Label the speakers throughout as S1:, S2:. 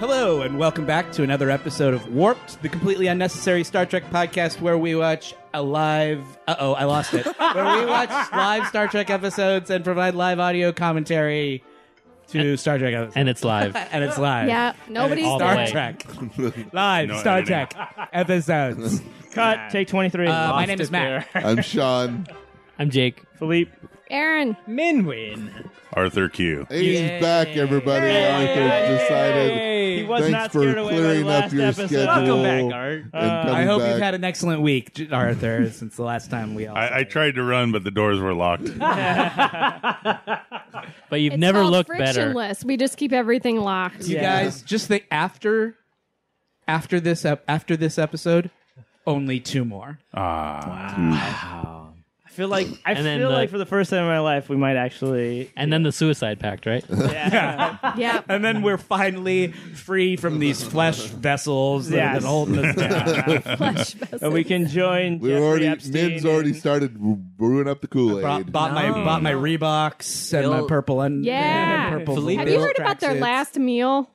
S1: Hello, and welcome back to another episode of Warped, the completely unnecessary Star Trek podcast where we watch a live. Uh oh, I lost it. where we watch live Star Trek episodes and provide live audio commentary to Star Trek episodes.
S2: and it's live.
S1: And it's live.
S3: Yeah,
S1: And it's
S3: nobody's
S2: all the
S1: Star
S2: way.
S1: Trek. Live Star
S4: editing.
S1: Trek episodes.
S5: Cut. Take 23.
S1: Uh, my name is Matt.
S6: I'm Sean.
S2: I'm Jake.
S5: Philippe.
S3: Aaron.
S5: Minwin.
S4: Arthur Q.
S6: He's
S1: Yay.
S6: back, everybody. Arthur decided.
S5: He was
S6: Thanks
S5: not
S6: for
S5: scared away by the
S6: clearing up
S5: last
S6: your
S5: episode.
S6: schedule. Welcome back,
S5: Art. Uh,
S6: and
S1: I
S6: coming
S1: hope
S6: back.
S1: you've had an excellent week, J- Arthur, since the last time we all.
S4: I, I tried to run, but the doors were locked.
S2: But you've
S3: It's
S2: never
S3: called
S2: looked better.
S3: frictionless. We just keep everything locked.
S1: you
S5: Yeah.
S1: guys just think after after this ep- after this episode only two more
S4: Ah,
S5: I feel like I
S2: And then
S5: feel
S2: the-
S5: like for the first time in my life we might actually
S2: And then the suicide pact, right?
S3: Yeah.
S1: and then we're finally free from these flesh vessels that have
S5: Yes.
S1: been holding us down
S3: Flesh vessel.
S5: and we can join
S6: We
S5: Jeffrey
S6: were already.
S5: Epstein
S6: Min's already
S5: and-
S6: started brewing up the Kool
S1: bought,
S6: Aid.
S1: bought my bought my Reeboks and my
S7: Bill-
S1: purple and
S3: Yeah.
S1: and purple
S7: Felipe-
S3: Have you
S1: Bill
S3: heard about their
S1: tracksuits.
S3: last meal?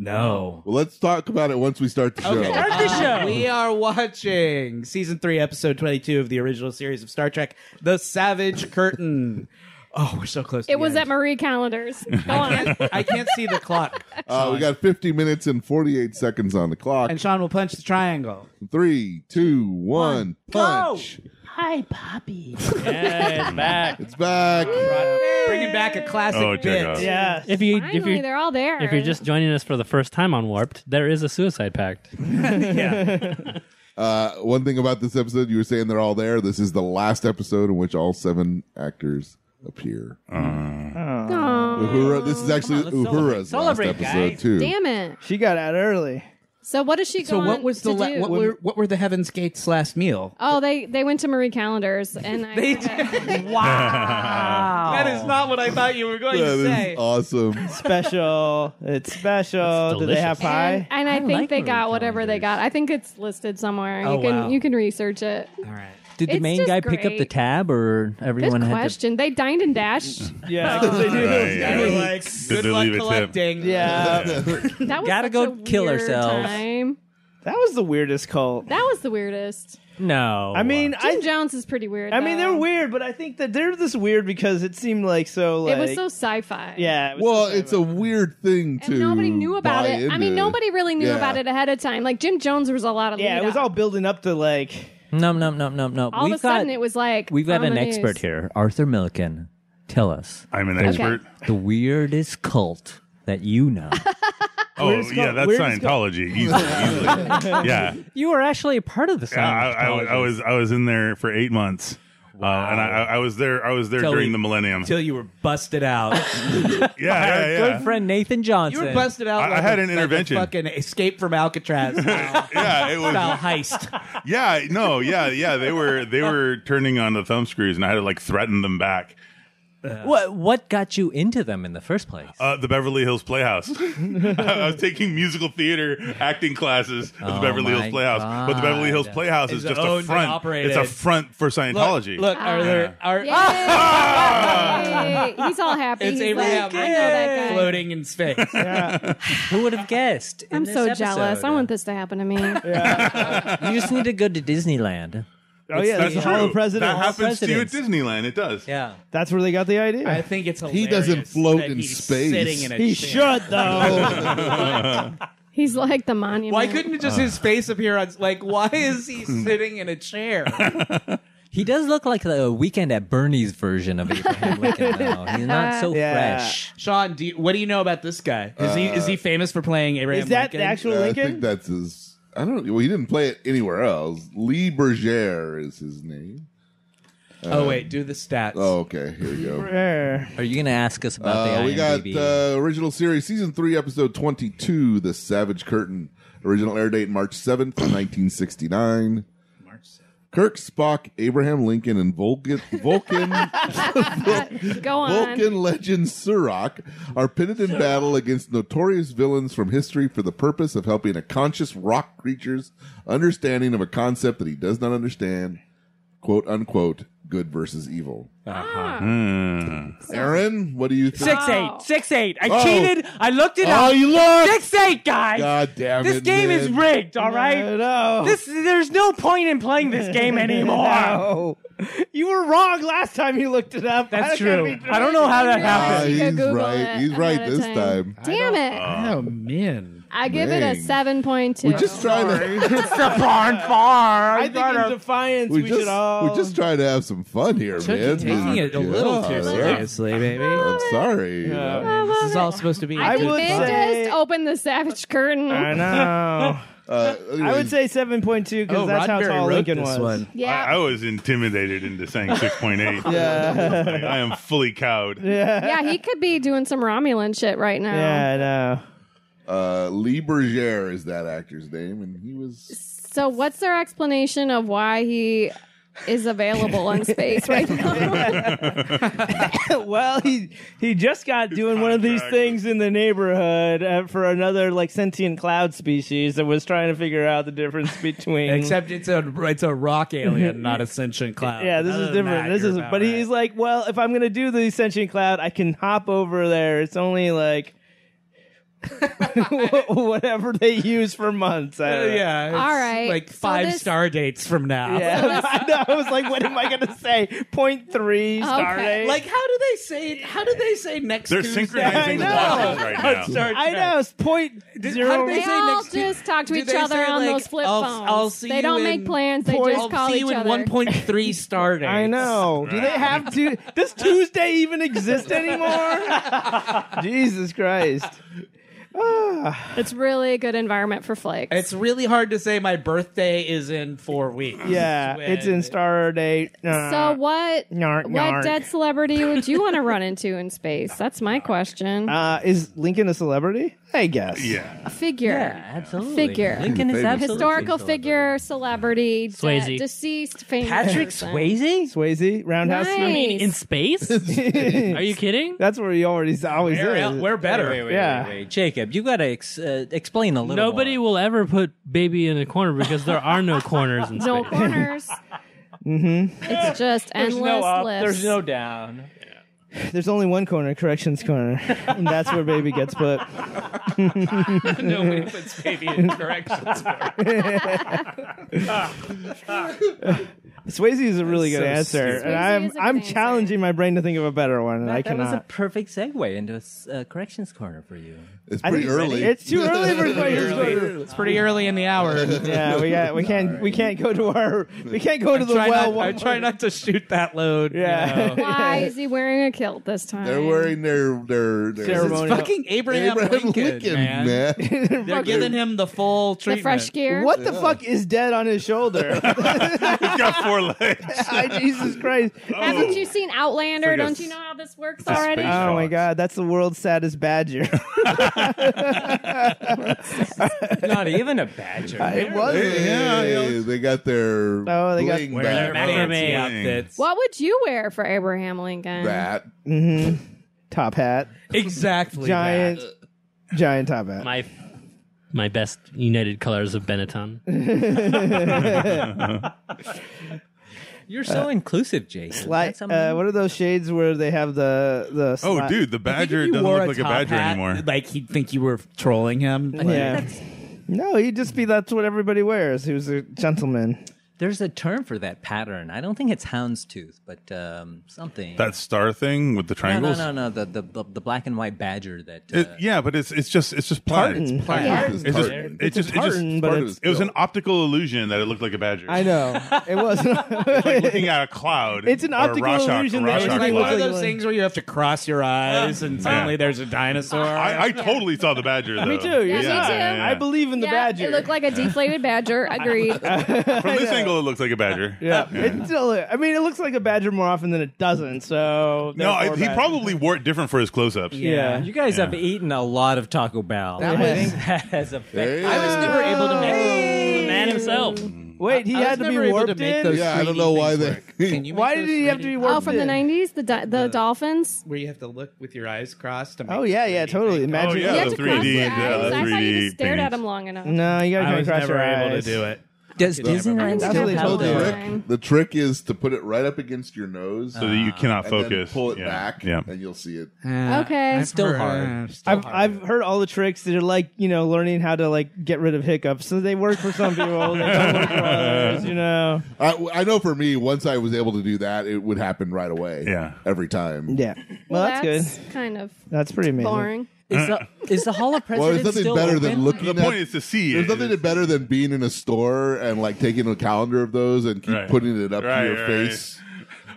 S1: no
S6: Well, let's talk about it once we start the show.
S1: we are watching season three, episode twenty-two of the original series of Star Trek: The Savage Curtain. Oh, we're so close. to
S3: It
S1: the
S3: was
S1: end.
S3: at Marie Callender's. Go on.
S1: I can't see the clock.
S6: Uh, we got 50 minutes and 48 seconds on the clock.
S1: And Sean will punch the triangle.
S6: Three, two, one, punch.
S2: yeah, it's back.
S6: It's back.
S1: Bringing back a classic
S4: Oh, check
S1: bit.
S4: out.
S5: Yeah.
S2: If you if
S3: Finally,
S2: you
S3: they're all there.
S2: if you're just joining us for the first time on Warped, there is a suicide pact.
S6: Uh, one thing about this episode, you were saying they're all there. This is the last episode in which all seven actors appear.
S3: Aw,
S6: Uhura, this is actually Uhura's last
S5: Celebrate,
S6: episode,
S5: guys.
S6: too.
S3: damn it.
S5: She got out early.
S3: So what does she go
S1: So what
S3: on
S1: was
S3: to
S1: the la-
S3: do?
S1: what were what were the Heaven's Gates last meal?
S3: Oh, they they went to Marie Callender's and I
S1: That is not what I thought you were going
S6: That is awesome.
S5: Special. it's special.
S2: It's
S5: Do they have
S2: delicious.
S3: and,
S5: pie?
S3: and I think
S7: like
S3: they
S7: Marie
S3: got whatever they got. I think it's listed somewhere.
S1: Oh,
S3: you can
S1: wow.
S3: you can research it.
S1: All right.
S7: Did the
S3: It's
S7: main
S3: just
S7: guy pick up the
S3: great.
S7: tab, or
S3: Good
S7: everyone had to?
S3: question. They dined and dashed.
S5: Yeah. 'cause they do.
S4: Right, yeah.
S5: They were
S4: Did
S1: Good
S4: they
S1: luck
S4: leave a tip?
S1: collecting.
S5: Yeah.
S3: That was
S7: Gotta
S3: such
S7: go
S3: a
S7: kill
S3: weird
S7: ourselves.
S3: Time.
S5: That was the weirdest cult.
S3: That was the weirdest.
S7: No,
S5: I mean,
S3: Jim
S5: I
S3: Jones is pretty weird.
S5: I mean
S3: though.
S5: they're weird, but I think that they're this weird because it seemed like so like
S3: it was so sci-fi.
S5: yeah. it was
S6: Well,
S5: so
S6: it's a weird thing to.
S3: And nobody knew about
S6: buy
S3: it. I
S6: into.
S3: mean, nobody really knew
S6: Yeah.
S3: about it ahead of time. Like Jim Jones, there was a lot of
S5: Yeah,
S3: lead
S5: it was
S3: up.
S5: all building up to like oh,
S7: no, no, no, no, no.
S3: All
S7: we've
S3: of a sudden,
S7: got,
S3: it was like
S7: we've got
S3: on
S7: an
S3: the
S7: expert
S3: news.
S7: here, Arthur Milliken. Tell us
S4: I'm an expert.
S7: the weirdest cult that you know.
S4: Oh,
S5: Where's
S4: yeah,
S5: go-
S4: that's
S5: where's
S4: Scientology. Easily, easily. Yeah, Uh,
S7: you were actually a part of the
S4: I, I, I was I was in there for eight months, uh, and I, I I was there I was there
S1: Till
S4: during
S1: we-
S4: the millennium.
S1: Till you were busted out.
S4: yeah, yeah, yeah.
S7: Good friend Nathan
S1: you
S7: Johnson.
S1: were busted out.
S4: I- I
S1: like
S4: had
S1: a- like
S4: an
S1: a
S4: intervention.
S1: fucking escape from Alcatraz style
S4: yeah, it was
S1: style heist.
S4: Yeah, no, yeah, yeah. They were they were turning on the thumb screws, and I had to like threaten them back.
S7: What what got you into them in the first place?
S4: Uh, the Beverly Hills Playhouse. I was taking musical theater acting classes at the
S7: Oh
S4: Beverly
S7: my
S4: Hills Playhouse, but the Beverly Hills
S7: God.
S4: Playhouse
S1: It's
S4: is just
S1: owned
S4: a
S1: and
S4: front.
S1: operated.
S4: It's a front for Scientology.
S1: Look, look are there are
S3: Yay! He's all happy.
S1: it's
S3: He's
S1: Abraham
S3: like, I know that guy.
S1: Lincoln floating in space.
S7: Who would have guessed? in
S3: I'm
S7: this
S3: so jealous.
S7: episode?
S3: I want this to happen to me.
S7: You just need to go to Disneyland.
S5: Oh yeah,
S4: that's
S5: the
S4: true.
S5: Hall of Presidents.
S4: That happens to you at
S7: Presidents.
S4: Disneyland. It does.
S7: Yeah.
S5: That's where they got the idea.
S1: I think it's hilarious
S6: He doesn't float
S1: that
S6: in
S1: he's
S6: space.
S1: Sitting in a
S5: he
S1: chair.
S5: should though.
S3: He's like the monument.
S1: Why couldn't it
S4: Uh.
S1: just his face appear on? Like, why is he sitting in a chair?
S7: He does look like the Weekend at Bernie's version of Abraham Lincoln, though. He's not so
S5: Yeah.
S7: fresh.
S1: Sean, do you, what do you know about this guy? Is
S4: Uh,
S1: he is he famous for playing Abraham
S5: Is that the
S1: Lincoln?
S5: actual
S6: Uh, I think
S5: Lincoln?
S6: that's his. I don't. Well, he didn't play it anywhere else. Lee Berger is his name.
S1: oh wait, do the stats.
S6: Oh, okay. Here we go.
S5: Err.
S7: Are you going to ask us about
S6: Uh,
S7: the
S6: we got
S7: IMDb?
S6: uh, original series season three episode twenty two, The Savage Curtain. Original air date March seventh, nineteen sixty nine. Kirk, Spock, Abraham Lincoln, and Vulcan Vulcan
S3: Go on.
S6: Vulcan legend Surak are pitted in battle against notorious villains from history for the purpose of helping a conscious rock creature's understanding of a concept that he does not understand, quote unquote, good versus evil. Aaron, what do you think?
S8: Six eight,
S3: Oh.
S8: six eight. I
S6: Oh.
S8: cheated. I looked it
S6: Oh,
S8: up.
S6: you lost!
S8: Six eight, guys.
S6: God damn
S8: this
S6: it,
S8: game
S6: man.
S8: is rigged. All right.
S5: No.
S8: This there's no point in playing this game anymore.
S5: No. You were wrong last time you looked it up.
S8: That's
S5: I gotta
S8: true.
S5: be
S8: I don't know how that
S3: I realized
S8: happened.
S6: Ah,
S3: you could
S6: he's
S3: Google
S6: right.
S3: it
S6: He's right
S3: ahead of
S6: this time.
S3: Damn it!
S4: Oh.
S1: man.
S3: I give it a
S6: Dang.
S3: seven point two.
S6: We just try to.
S8: It's the barn farm.
S5: I think in defiance we,
S6: We just
S5: should um, E. all.
S6: we just try to have some fun here, man.
S1: taking it a little
S6: Yeah.
S1: too seriously, maybe.
S6: I'm sorry.
S5: Yeah.
S1: This is all supposed to be.
S3: I,
S5: I
S3: think
S5: would
S3: they
S5: say-
S3: just opened the savage curtain.
S5: I know.
S6: Uh,
S5: I
S6: anyways,
S5: would say 7.2 because
S1: oh,
S5: that's how
S1: Roddenberry
S5: tall
S1: wrote
S5: Lincoln
S1: this
S5: was.
S1: one.
S3: yeah.
S4: I, I was intimidated into saying 6.8.
S5: Yeah.
S4: Like, I am fully cowed.
S3: yeah, he could be doing some Romulan shit right now.
S5: yeah, I know.
S6: uh, Lee Bergère is that actor's name, and he was
S3: So, what's their explanation of why he is available in space right now?
S5: well, he he just got doing one of these
S4: contract
S5: things in the neighborhood uh, for another like sentient cloud species that was trying to figure out the difference between.
S1: Except it's a it's a rock alien, not a sentient cloud.
S5: yeah, this
S1: Uh, Other
S5: is
S1: than
S5: different.
S1: that,
S5: This
S1: you're
S5: is,
S1: about
S5: but
S1: right.
S5: he's like, well, if I'm gonna do the sentient cloud, I can hop over there. It's only like whatever they use for months. I
S1: Uh,
S5: don't know.
S1: yeah. it's
S3: All right,
S1: Like
S3: so
S1: five
S3: this-
S1: star dates from now.
S5: Yeah, I know. I was like, what am I gonna say? Point three star
S3: Okay.
S5: eight.
S1: Like how do they say? How do they say next?
S4: They're
S1: Tuesday?
S4: synchronizing
S5: I know.
S4: watches right now.
S1: Sorry,
S5: I know. It's point zero.
S1: how do
S3: they
S1: They say
S3: all
S1: next to-
S3: just talk to
S1: do
S3: each
S1: they
S3: other
S1: say,
S3: on
S1: like,
S3: those flip
S1: I'll-
S3: phones.
S1: I'll see
S3: they
S1: you
S3: don't
S1: in
S3: make plans. They
S5: point-
S3: just call
S1: see
S3: each
S1: you in
S3: other.
S1: one point three star dates.
S5: I know. Do they have to? Does Tuesday even exist anymore? Jesus Christ!
S3: It's really a good environment for flakes.
S1: It's really hard to say my birthday is in four weeks.
S5: Yeah,
S1: When-
S5: it's in Star Uh, Date.
S1: uh,
S3: so what?
S5: Yark,
S3: what
S5: yark.
S3: dead celebrity would you want to run into in space? That's my question.
S5: uh, is Lincoln a celebrity? I guess.
S4: Yeah.
S3: a figure,
S7: absolutely.
S3: Figure.
S7: Lincoln is
S6: Famous.
S7: absolutely
S3: historical
S7: celebrity.
S3: figure, celebrity, de-
S2: Swayze.
S3: deceased, famous
S2: Patrick
S3: person.
S2: Swayze
S5: Swayze Roundhouse.
S3: Nice.
S5: Smash?
S2: in space? Are you kidding?
S5: That's where he always always
S1: We're,
S5: is.
S1: we're better.
S7: Wait, wait,
S5: Yeah.
S7: wait, wait. Jacob, you gotta ex- uh, explain a little.
S2: Nobody
S7: more.
S2: will ever put baby in a corner because there are no corners in space.
S3: No corners. mm-hmm. It's just endless lists.
S8: down.
S5: There's only one corner, corrections corner, and that's where baby gets put.
S1: Nobody puts baby in corrections.
S5: Swayze is a really good
S1: That's so
S5: answer,
S1: stupid.
S5: and
S3: Swayze
S5: I'm
S3: is a good
S5: I'm
S3: answer.
S5: challenging my brain to think of a better one, and I
S7: That was a
S5: cannot.
S7: perfect segue into a s- uh, corrections corner for you.
S6: it's
S5: I think
S6: pretty early.
S5: It's too early for
S6: Pretty
S5: questions.
S1: It's pretty early in the hour.
S5: Yeah, we got we can't we can't go to our we can't go to the
S1: try
S5: well.
S1: not, I
S5: one
S1: try not to shoot that load. you
S5: Yeah.
S1: know.
S3: Why is he wearing a kilt this time?
S6: They're wearing their their, their
S5: Ceremony.
S1: Fucking Abraham,
S6: Abraham
S1: Lincoln, man.
S6: man.
S1: They're giving him the full
S3: the
S1: treatment.
S3: fresh gear.
S5: What the fuck is dead on his shoulder?
S4: It's got four legs.
S5: I- Jesus Christ.
S3: Haven't you seen Outlander?
S4: It's like a
S3: Don't you
S4: s-
S3: know how this works
S4: a
S3: already?
S4: space-
S5: Oh my
S4: Dogs.
S5: god, that's the world's saddest badger.
S7: Not even a badger.
S5: it was.
S6: Hey, they got their
S5: Oh, they got-
S6: bling
S2: Where
S6: back.
S2: they're macrame
S4: That's
S2: outfits.
S3: what would you wear for Abraham Lincoln?
S6: that.
S5: Top hat.
S1: Exactly.
S5: Giant giant top hat.
S2: My my best united colors of Benetton.
S7: You're so inclusive, Jason.
S5: Like uh, what are those shades where they have the the
S4: Oh,
S5: sli-
S4: dude, the
S1: That.
S4: badger
S1: If you
S4: doesn't
S1: wore
S4: look like a
S1: top
S4: badger
S1: hat,
S4: anymore.
S1: Like he'd think you were trolling him. Like,
S5: Yeah. No, he'd just be that's what everybody wears. He was a gentleman.
S7: There's a term for that pattern. I don't think it's houndstooth, but um, something.
S4: That star thing with the
S7: no, no,
S4: triangles.
S7: no, no. The, the the the black and white badger that. Uh,
S4: It, yeah, but it's it's just it's just plaid. It's plaid.
S3: Yeah.
S4: It's just it just it just
S5: tartan,
S6: It's
S5: but
S6: part of
S5: it's-
S6: his
S4: it was an
S6: build.
S4: optical illusion that it looked like a badger.
S5: I know. It was
S4: like looking at a cloud.
S5: It's an
S4: or a
S5: optical
S4: Rorschach-
S5: illusion that
S4: Rorschach
S1: It's like
S5: Everything
S1: one
S5: looks
S1: of
S5: like
S4: cloud.
S1: those
S5: one.
S1: things where you have to cross your eyes and suddenly there's a dinosaur.
S4: I, I totally saw the badger. Though.
S5: Me too.
S3: me too.
S5: I believe in the
S3: yeah,
S5: badger.
S3: It looked like a deflated badger. Agreed.
S4: From this angle, it looks like a badger.
S5: yeah. It still, I mean, it looks like a badger more often than it doesn't. So
S4: No, I,
S5: therefore
S4: he
S5: badger.
S4: probably wore it different for his close-ups.
S5: yeah.
S7: you guys have eaten a lot of Taco Bell. That, has
S6: Hey,
S7: affected.
S1: I was never able to make the man himself.
S5: Wait, he
S1: I was
S5: had to be
S1: never able
S5: warped
S1: to make
S5: in.
S1: those
S6: Yeah, I don't
S1: 3D
S6: know why
S1: things
S6: they-
S1: work. Can you make
S5: Why did
S1: those
S5: he have to
S1: 3D
S5: be
S3: oh,
S5: warped
S3: from the
S5: in?
S3: nineties, the di- the dolphins.
S1: Where you have to look with your eyes crossed. To make
S5: Oh yeah, yeah, totally. Imagine.
S4: yeah,
S3: you
S4: the
S3: have to cross
S4: 3D,
S3: your
S4: yeah,
S3: eyes.
S4: the
S3: I thought you
S4: 3D
S3: just stared at
S4: paintings.
S3: him long enough.
S5: No, you gotta
S1: I
S5: come
S1: was
S5: across
S1: never
S5: your
S1: able
S5: eyes.
S1: to do it.
S7: Does Disneyland
S3: That's
S7: still
S5: what they
S7: have
S5: told
S6: the
S5: you.
S7: the?
S3: Fine.
S6: trick, the trick is to put it right up against your nose
S4: so that you cannot
S6: and then
S4: focus.
S6: pull it
S4: yeah.
S6: back,
S4: Ah. Yeah.
S6: and you'll see it.
S3: Okay.
S1: I've
S7: Still
S1: heard-
S7: hard.
S1: uh, still
S5: I've,
S1: hard.
S5: I've heard all the tricks that are like you know learning how to like get rid of hiccups. So they work for some people, they don't work for others. You know,
S6: I, I know for me, once I was able to do that, it would happen right away.
S4: Yeah.
S6: every time.
S5: yeah. Well, that's, good.
S3: Kind of
S5: That's pretty amazing.
S3: boring.
S7: Is the is the Hall of
S6: Well, there's
S7: Presidents
S6: nothing
S7: still
S6: better than
S7: open?
S6: looking.
S4: The
S6: at,
S4: point is to see
S6: There's
S4: it.
S6: nothing better than being in a store and like taking a calendar of those and keep
S4: Right.
S6: putting it up
S4: Right,
S6: to your
S4: right,
S6: face.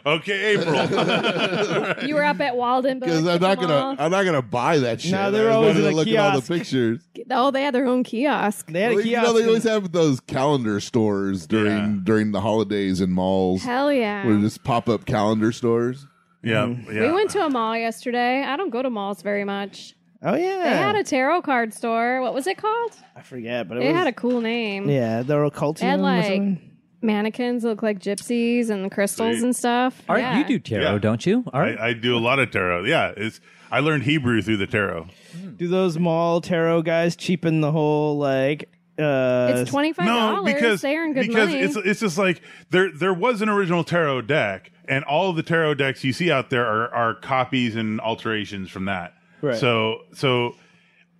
S4: Okay, April.
S3: You were up at Walden
S6: Because I'm not gonna, I'm not gonna buy that shit.
S5: they're
S6: I just
S5: always
S6: wanted
S5: in
S6: to
S5: a
S6: look at all the
S5: kiosk.
S6: pictures.
S3: Oh, they had their own kiosk.
S5: They had a
S6: Well, you know,
S5: kiosk.
S6: they always
S5: in-
S6: have those calendar stores during
S4: Yeah.
S6: during the holidays in malls.
S3: Hell yeah.
S6: Where just pop up calendar stores.
S4: yeah, yeah.
S3: We went to a mall yesterday. I don't go to malls very much.
S5: oh yeah.
S3: They had a tarot card store. What was it called?
S5: I forget, but it,
S3: It,
S5: was,
S3: had a cool name.
S5: yeah. They were occulting.
S3: It had
S5: or
S3: like
S5: something.
S3: mannequins look like gypsies and crystals
S4: Sweet.
S3: and stuff.
S7: Art,
S3: yeah.
S7: you do tarot,
S4: Yeah.
S7: don't you? Art,
S4: I, I do a lot of tarot. Yeah, it's. I learned Hebrew through the tarot.
S5: Do those mall tarot guys cheapen the whole like? Uh,
S3: It's twenty five
S4: No,
S3: dollars.
S4: because
S3: they earn good
S4: because
S3: money.
S4: it's it's just like there there was an original tarot deck, and all of the tarot decks you see out there are, are copies and alterations from that.
S5: Right.
S4: So so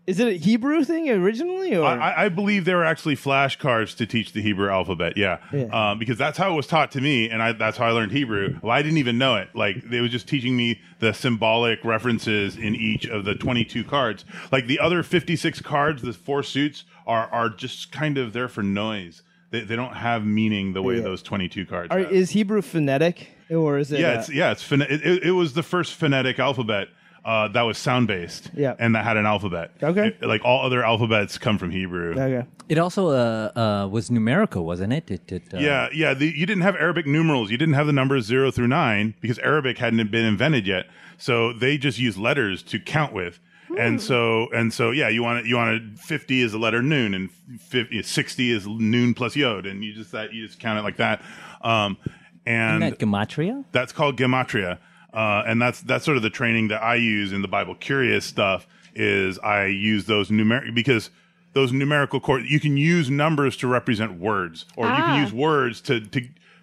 S5: Is it a Hebrew thing originally, or
S4: I, I- I believe they were actually flashcards to teach the Hebrew alphabet. Yeah,
S5: Yeah.
S4: Um, because that's how it was taught to me, and I, that's how I learned Hebrew. Well, I didn't even know it. Like they was just teaching me the symbolic references in each of the twenty-two cards. Like the other fifty-six cards, the four suits are are just kind of there for noise. They, they don't have meaning the way
S5: Yeah.
S4: those twenty-two cards.
S5: Or
S4: have.
S5: is Hebrew phonetic, or is it?
S4: yeah,
S5: uh,
S4: it's e- yeah, it's phon- it, it, it was the first phonetic alphabet. Uh, that was sound based,
S5: Yeah.
S4: and that had an alphabet.
S5: Okay.
S4: It- like all other alphabets come from Hebrew.
S5: okay.
S7: it also uh, uh, was numerical, wasn't it? It, it uh,
S4: Yeah, yeah. The, you didn't have Arabic numerals. You didn't have the numbers zero through nine because Arabic hadn't been invented yet. So they just used letters to count with.
S7: Hmm.
S4: And so, and so, yeah. You want to, you want to. Fifty is the letter noon, and 50, 60 is noon plus yod, and you just that you just count it like that. Um,
S7: Isn't
S4: and
S7: that gematria?
S4: that's called gematria, uh, and that's that's sort of the training that I use in the Bible Curious stuff. Is I use those numeric because those numerical chord you can use numbers to represent words, or you
S3: Ah.
S4: can use words to to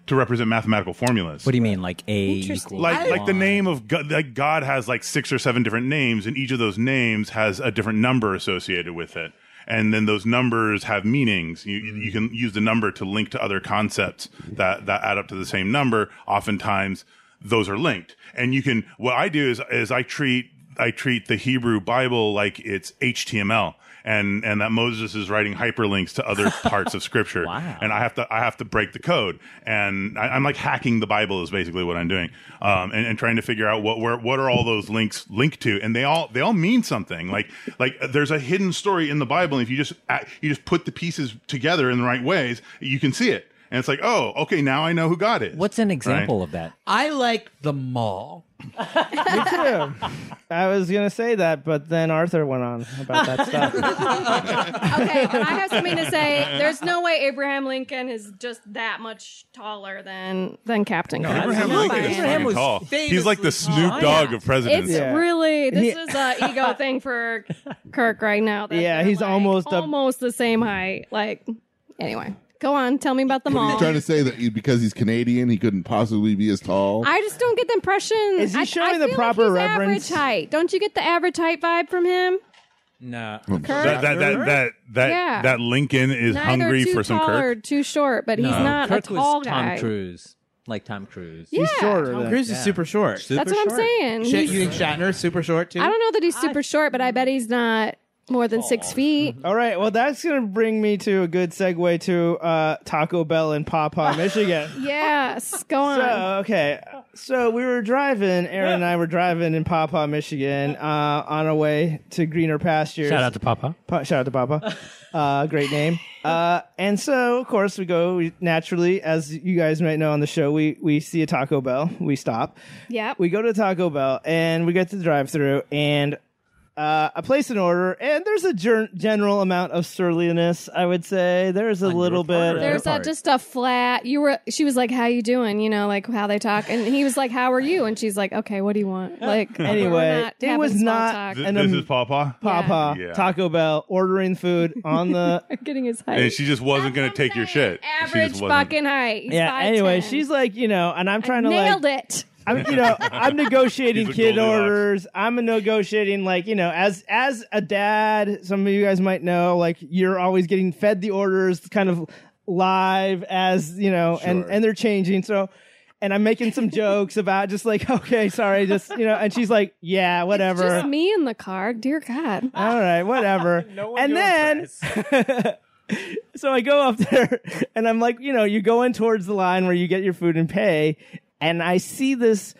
S4: to represent mathematical formulas.
S7: What do you mean, like a
S3: Interesting.
S7: equals
S4: like like the
S7: one?
S4: name of God, like God has like six or seven different names, and each of those names has a different number associated with it, and then those numbers have meanings. You you can use the number to link to other concepts that that add up to the same number. Oftentimes, those are linked, and you can. What I do is is I treat I treat the Hebrew Bible like it's HTML. And and that Moses is writing hyperlinks to other parts of Scripture,
S7: Wow.
S4: and I have to I have to break the code, and I, I'm like hacking the Bible is basically what I'm doing, um, and, and trying to figure out what where, what are all those links linked to, and they all they all mean something. Like like uh, there's a hidden story in the Bible, and if you just uh, you just put the pieces together in the right ways, you can see it, and it's like oh okay now I know who God is.
S7: What's an example of that?
S1: I like the mall.
S5: I was gonna say that, but then Arthur went on about that stuff.
S3: okay, and I have something to say. There's no way Abraham Lincoln is just that much taller than than Captain Crunch.
S4: Abraham
S3: No
S4: Lincoln
S3: way.
S4: is
S7: Abraham
S4: fucking
S7: was
S4: tall. He's like the
S7: famously
S4: Snoop
S7: tall.
S4: Dogg
S3: Yeah.
S4: of presidents.
S3: It's
S5: Yeah.
S3: really this
S5: He-
S3: is a ego thing for Kirk right now. that
S5: Yeah,
S3: they're,
S5: he's
S3: like,
S5: almost a-
S3: almost the same height. Like anyway, go on. Tell me about the
S6: He's
S3: mall.
S6: trying to say that he- because he's Canadian, he couldn't possibly be as tall.
S3: I just don't get the impression.
S5: Is he
S3: I-
S5: showing
S3: I
S5: the
S3: feel
S5: proper
S3: like he's
S5: reverence?
S3: Average height. Don't you get the average height vibe from him?
S7: No.
S3: Kirk?
S4: That that that that that,
S3: Yeah.
S4: that Lincoln is
S3: Neither
S4: hungry
S3: too
S4: for some
S3: tall or
S4: Kirk.
S3: too short, but he's
S7: No,
S3: not
S7: Uh, Kirk
S3: a tall
S7: was
S3: guy.
S7: Tom Cruise, like Tom Cruise.
S3: Yeah,
S5: He's shorter
S1: Tom
S5: than
S1: Cruise is super short.
S7: Super
S3: that's what I'm
S7: short.
S3: saying.
S1: Shit,
S3: He's-
S1: you think Shatner's super short too?
S3: I don't know that he's super short, but I bet he's not more than six feet.
S5: All right, well, that's gonna bring me to a good segue to uh, Taco Bell in Papa, Michigan.
S3: Yes, go on.
S5: So okay, so we were driving. Aaron and I were driving in Papa, Michigan, uh, on our way to greener pastures.
S2: Shout out to Papa.
S5: Pa- shout out to Papa, uh, great name. Uh, and so, of course, we go we, naturally, as you guys might know on the show. We we see a Taco Bell, we stop,
S3: yep.
S5: we go to Taco Bell, and we get to the drive-through, and Uh, I place an order, and there's a ger- general amount of surliness. I would say there's a
S7: On your
S5: little
S7: part
S5: bit.
S7: or
S5: of-
S7: their
S3: There's a,
S7: part?
S3: just a flat. You were. She was like, "How you doing?" You know, like how they talk, and he was like, "How are you?" And she's like, "Okay, what do you want?" Like we're
S5: Anyway,
S3: not
S5: it
S3: having
S5: was
S3: small
S5: not-
S3: talk.
S4: Th-
S5: And
S4: this
S5: um,
S4: is Papa.
S5: Papa
S4: Yeah.
S5: Taco Bell ordering food on the
S3: getting his height.
S4: And she just wasn't going to take your shit. She just
S3: Average
S4: wasn't.
S3: fucking height. He's
S5: yeah. Anyway,
S3: 5'10".
S5: she's like, you know, and I'm
S3: I
S5: trying to
S3: nailed
S5: like,
S3: it.
S5: I'm, you know, I'm negotiating
S4: He's a
S5: kid
S4: Goldilocks.
S5: orders. I'm negotiating like, you know, as as a dad, some of you guys might know, like you're always getting fed the orders, kind of live as you know, and
S6: Sure.
S5: and they're changing. So, and I'm making some jokes about just like, okay, sorry, just you know, and she's like, yeah, whatever.
S3: Just me in the car. Dear God.
S5: All right, whatever. and then, so I go up there and I'm like, you know, you go in towards the line where you get your food and pay, and I see this.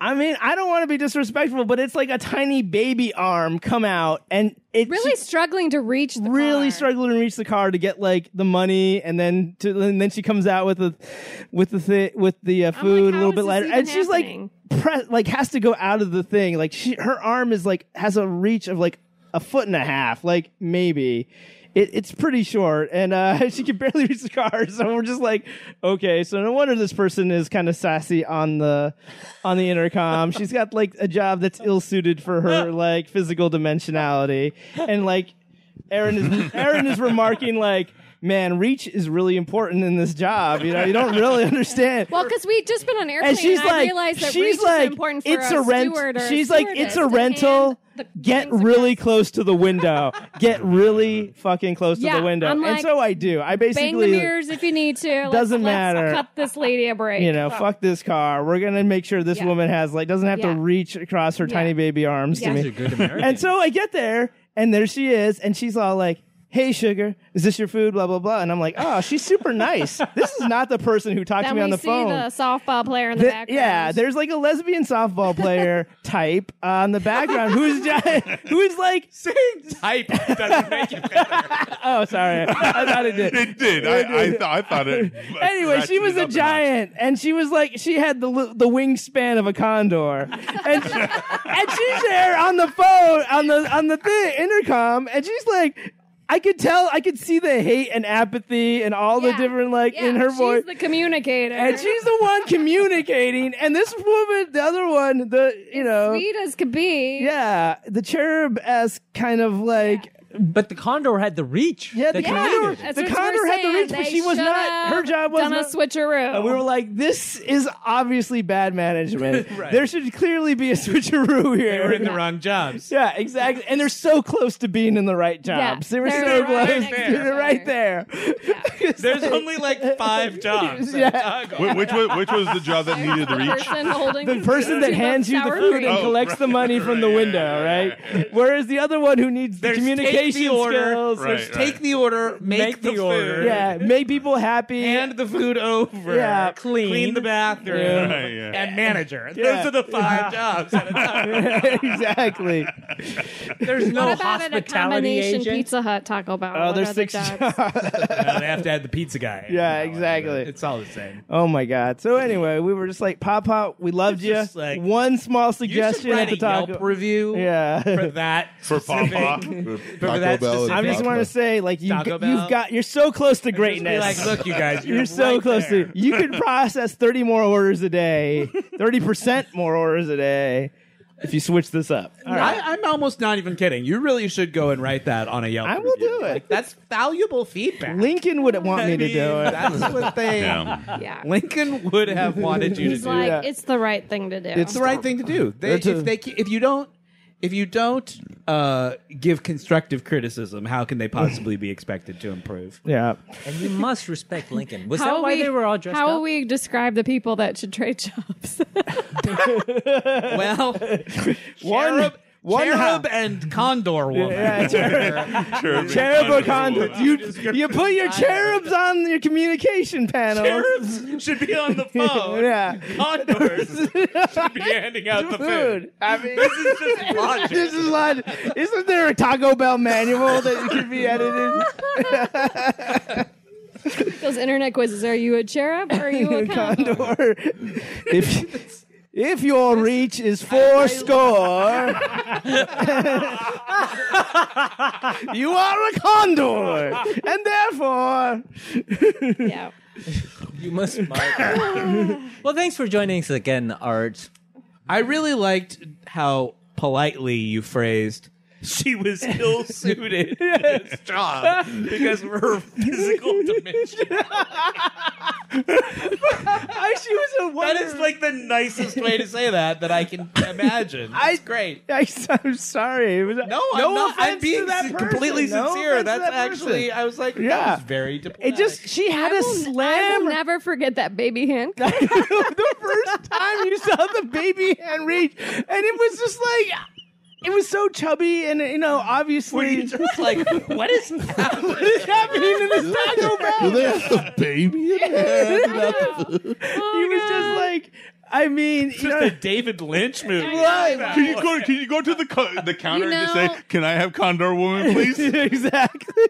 S5: I mean, I don't want to be disrespectful, but it's like a tiny baby arm come out, and it
S3: Really
S5: she-
S3: struggling to reach. The
S5: really
S3: car.
S5: struggling to reach the car to get like the money, and then to and then she comes out with the with the thi- with the uh,
S3: I'm like,
S5: food a
S3: how
S5: little
S3: is
S5: bit
S3: this
S5: later,
S3: even
S5: and she's
S3: happening?
S5: like press like has to go out of the thing. Like she, her arm is like has a reach of like a foot and a half, like maybe. It, it's pretty short, and uh, she can barely reach the car. So we're just like, okay. So no wonder this person is kind of sassy on the on the intercom. She's got like a job that's ill suited for her like physical dimensionality, and like Aaron is Aaron is remarking like, man, reach is really important in this job. You know, you don't really understand.
S3: Well, because we just been on airplane,
S5: and she's
S3: I
S5: like,
S3: realized that reach
S5: she's
S3: is
S5: like,
S3: important for
S5: it's
S3: a,
S5: a rent.
S3: steward or
S5: She's like, it's a
S3: stewardess,
S5: rental.
S3: and the
S5: Get
S3: things
S5: really close to the window. Get really fucking close to
S3: Yeah,
S5: the window.
S3: I'm
S5: and
S3: like,
S5: so I do. I
S3: Bang the
S5: basically
S3: mirrors if you need to. Let's-
S5: Doesn't
S3: let's
S5: matter.
S3: Cut this lady a break.
S5: you know, fuck this car. We're gonna make sure this
S3: Yeah.
S5: woman has like doesn't have
S3: Yeah.
S5: to reach across her
S3: Yeah.
S5: tiny baby arms
S3: Yeah.
S5: to me.
S7: She's a good American.
S5: And so I get there, and there she is, and she's all like, "Hey, sugar, is this your food?" Blah blah blah. And I'm like, "Oh, she's super nice. this is not the person who talked
S3: Then
S5: to me
S3: we
S5: on the
S3: see
S5: phone."
S3: the softball player in the,
S5: The-
S3: background.
S5: yeah, there's like a lesbian softball player type on the background who's just, who's like,
S1: Type doesn't make it better.
S5: oh, sorry, I thought it did.
S4: It did. I, I, thought, I thought it.
S5: anyway, she
S4: ratcheted
S5: was
S4: it
S5: a
S4: up notch.
S5: giant, and she was like she had the li- the wingspan of a condor, and she, and she's there on the phone on the on the thing, intercom, and she's like. I could tell, I could see the hate and apathy and all the
S3: Yeah.
S5: different, like,
S3: Yeah,
S5: in her voice.
S3: She's the communicator.
S5: and she's the one communicating, and this woman, the other one, the, you know.
S3: sweet as could be.
S5: Yeah, the cherub esque kind of like
S7: but the condor had the reach.
S5: yeah, the
S7: that
S5: condor,
S7: communicated.
S3: That's
S5: the
S3: what we're
S5: condor had the
S3: saying.
S5: reach, but
S3: They
S5: she was
S3: should
S5: not. Her
S3: have
S5: job was
S3: done
S5: not.
S3: a switcheroo.
S5: And we were like, this is obviously bad management. There should clearly be a switcheroo
S1: They
S5: here.
S1: were in the wrong jobs.
S5: yeah, exactly. And they're so close to being in the right jobs.
S3: Yeah,
S5: they were
S3: they're
S5: so
S3: right
S5: close.
S3: next to
S5: They're
S3: each
S5: right
S3: other.
S5: there. It's
S1: There's
S5: like-
S1: only like five jobs.
S5: Yeah.
S4: Wh- Which, was, which was the job that needed the
S3: the
S4: reach?
S3: person holding
S5: the person that
S3: two
S5: hands you the
S3: sour
S5: food and
S3: cream.
S4: Oh,
S5: collects the
S4: right,
S5: money from the
S4: right, yeah,
S5: window,
S4: yeah,
S5: right? Whereas the other one who needs
S1: There's
S5: the communication
S1: take the order.
S5: skills.
S4: Right,
S1: There's take the order, make,
S2: Make
S1: the,
S2: the order.
S1: food,
S5: Yeah, make people happy.
S1: hand the food over,
S5: Yeah.
S1: clean, the bathroom,
S4: Right, yeah.
S1: and manager.
S5: Yeah.
S1: Those are the five jobs. At a time.
S5: exactly.
S2: There's no
S7: Oh,
S3: What about at a
S2: hospitality
S3: combination
S2: agent.
S3: Pizza Hut, Taco Bell?
S5: Oh,
S3: What
S5: there's
S3: are
S5: six
S3: the jobs?
S1: No, Uh, they have to add the pizza guy.
S5: Yeah,
S1: No,
S5: exactly.
S1: It's all the same.
S5: Oh my god. So anyway, we were just like, Pop Pop, we loved
S1: It's
S5: you.
S1: just like-
S5: One small
S1: You should
S5: suggestion at
S1: write
S5: the
S1: a
S5: taco.
S1: Yelp review for
S5: yeah.
S1: that.
S4: For Papa.
S6: Taco
S1: that
S6: Bell
S1: specific-
S5: I'm just want to say, like you,
S1: Taco Bell.
S5: you've got, you're so close to
S1: Just be
S5: greatness.
S1: like, look, you guys, you're,
S5: you're so
S1: right
S5: close
S1: there.
S5: to. You could process 30 more orders a day, 30 percent more orders a day, if you switch this up. All right.
S1: I, I'm almost not even kidding. You really should go and write that on a Yelp.
S5: I will
S1: review.
S5: do it.
S1: Like, that's valuable feedback.
S5: Lincoln would want me to
S1: mean,
S5: do it.
S1: That's what they.
S4: Yeah.
S3: Yeah.
S1: Lincoln would have wanted you to
S3: He's
S1: do.
S3: like,
S5: that.
S3: it's the right thing to do.
S1: it's the right thing to do. They,
S5: That's a-
S1: if they if you don't if you don't uh, give constructive criticism, how can they possibly be expected to improve?
S5: Yeah.
S7: And you must respect Lincoln. Was
S3: How
S7: that why
S3: we-
S7: they were all dressed
S3: How
S7: up?
S3: will we describe the people that should trade jobs?
S1: Well,
S5: One-
S1: cherub,
S5: one
S1: cherub
S5: ho-
S1: and condor woman.
S5: Yeah, cherub-
S4: Cherub
S5: cherub or
S4: condor.
S5: condor. You, you put your cherubs on your communication panel.
S1: Cherubs should be on the phone.
S5: Yeah.
S1: Condors should be handing out the food.
S5: Food. I mean,
S1: This is just logic.
S5: this is lodge. Isn't there a Taco Bell manual that could be edited?
S3: Those internet quizzes. Are you a cherub or are you a condor?
S5: Condor. If If your reach is four score, you are a condor, and therefore.
S3: Yeah.
S7: You must. well, thanks for joining us again, Art.
S1: I really liked how politely you phrased she was ill suited to this job because of her physical dimension.
S5: I, she was a
S1: That
S5: wonder-
S1: is like the nicest way to say that that I can imagine.
S5: I-
S1: It's great.
S5: I, am sorry. It was,
S1: No, I'm not. I'm
S5: offense to
S1: being
S5: that
S1: sin-
S5: person.
S1: completely
S5: No
S1: sincere.
S5: offense to
S1: That's
S5: that person.
S1: actually. uh, I was like, yeah,
S5: Yeah.
S1: that was very
S5: It
S1: diplomatic.
S5: just she had a
S3: I
S5: slam.
S3: will never forget that baby hand.
S5: the first time you saw the baby hand reach, and it was just like it was so chubby, and you know,
S1: Were you
S5: obviously,
S1: just like, what is
S5: what is happening in this Taco
S6: Do
S5: Bell?
S6: they have the baby in there?
S5: He
S3: Oh,
S5: was just like, I mean, you
S1: just a
S5: know,
S1: David Lynch movie?
S4: Can you go? Can you go to the co- the counter
S3: You
S4: and
S3: know-
S4: just say, "Can I have Condor Woman, please?"
S5: exactly.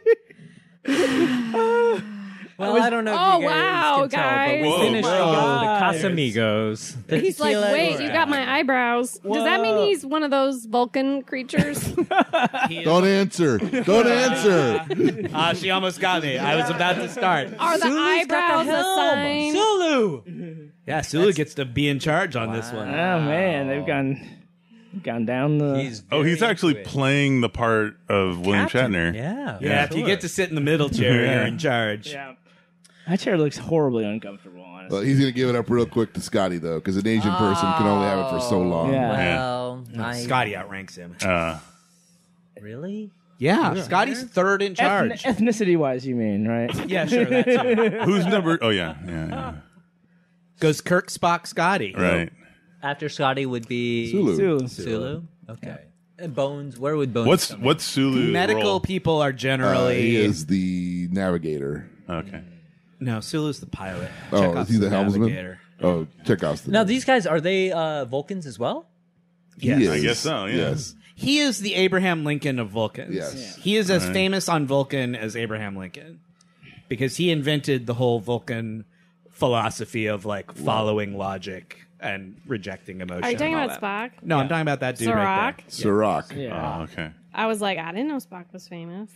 S7: Well, I, don't know.
S3: Oh,
S7: if you guys
S3: wow,
S7: can tell, but we
S3: guys. Whoa,
S7: finished
S4: wow.
S7: up with the
S2: Casamigos.
S7: Casamigos.
S3: He's like,
S7: Tequila
S3: wait,
S7: and
S3: you got my eyebrows. Does that mean
S5: Whoa.
S3: he's one of those Vulcan creatures?
S6: Don't answer. Don't answer.
S1: Ah, she almost got me. I was about to start.
S3: Are the
S7: Zulu's got
S3: eyebrows
S7: the
S3: a
S7: helm.
S3: sign?
S7: Zulu.
S1: Yeah, Sulu gets to be in charge on this one.
S5: Oh man, they've gone gone down the.
S7: He's
S4: Oh, he's
S7: very
S4: actually
S7: into it.
S4: playing the part of William
S7: Captain.
S4: Shatner.
S7: Yeah.
S1: Yeah, if you get to sit in the middle chair,
S4: Yeah.
S1: you're in charge.
S5: yeah, my chair looks horribly uncomfortable.
S6: Well,
S5: Honestly,
S6: he's gonna give it up real quick to Scotty though, because an Asian person can only have it for so long.
S5: Yeah.
S7: Well, I,
S1: Scotty outranks him.
S4: Uh,
S7: Really?
S1: Yeah, Scotty's third in charge.
S5: ethnicity wise, you mean right?
S1: yeah, sure. That's it.
S4: who's number? Oh yeah, yeah,
S1: Goes Kirk, Spock, Scotty.
S4: yeah. right.
S7: After Scotty would be
S6: Sulu.
S5: Too.
S7: Sulu? Okay. And Bones. Where would Bones?
S4: What's
S7: come in?
S4: what's Sulu's
S1: Medical
S4: role?
S1: people are
S6: Uh, he
S1: generally
S6: is the navigator.
S4: Okay.
S1: no. Sulu's the pilot.
S6: Oh,
S1: Chekhov's
S6: is he the helmsman?
S1: navigator.
S6: Oh, check out the
S7: now? These guys are they uh, Vulcans as well?
S1: Yes.
S6: He is.
S4: I guess so, yeah.
S6: Yes.
S1: He is the Abraham Lincoln of Vulcans.
S6: Yes.
S1: He is as famous on Vulcan as Abraham Lincoln because he invented the whole Vulcan philosophy of like following logic and rejecting emotion.
S3: Are you talking
S1: and all
S3: about
S1: that.
S3: Spock?
S1: No, I'm talking about that dude right
S3: Sirach?
S1: there.
S6: Sirach.
S4: Oh, okay.
S3: I was like, I didn't know Spock was famous.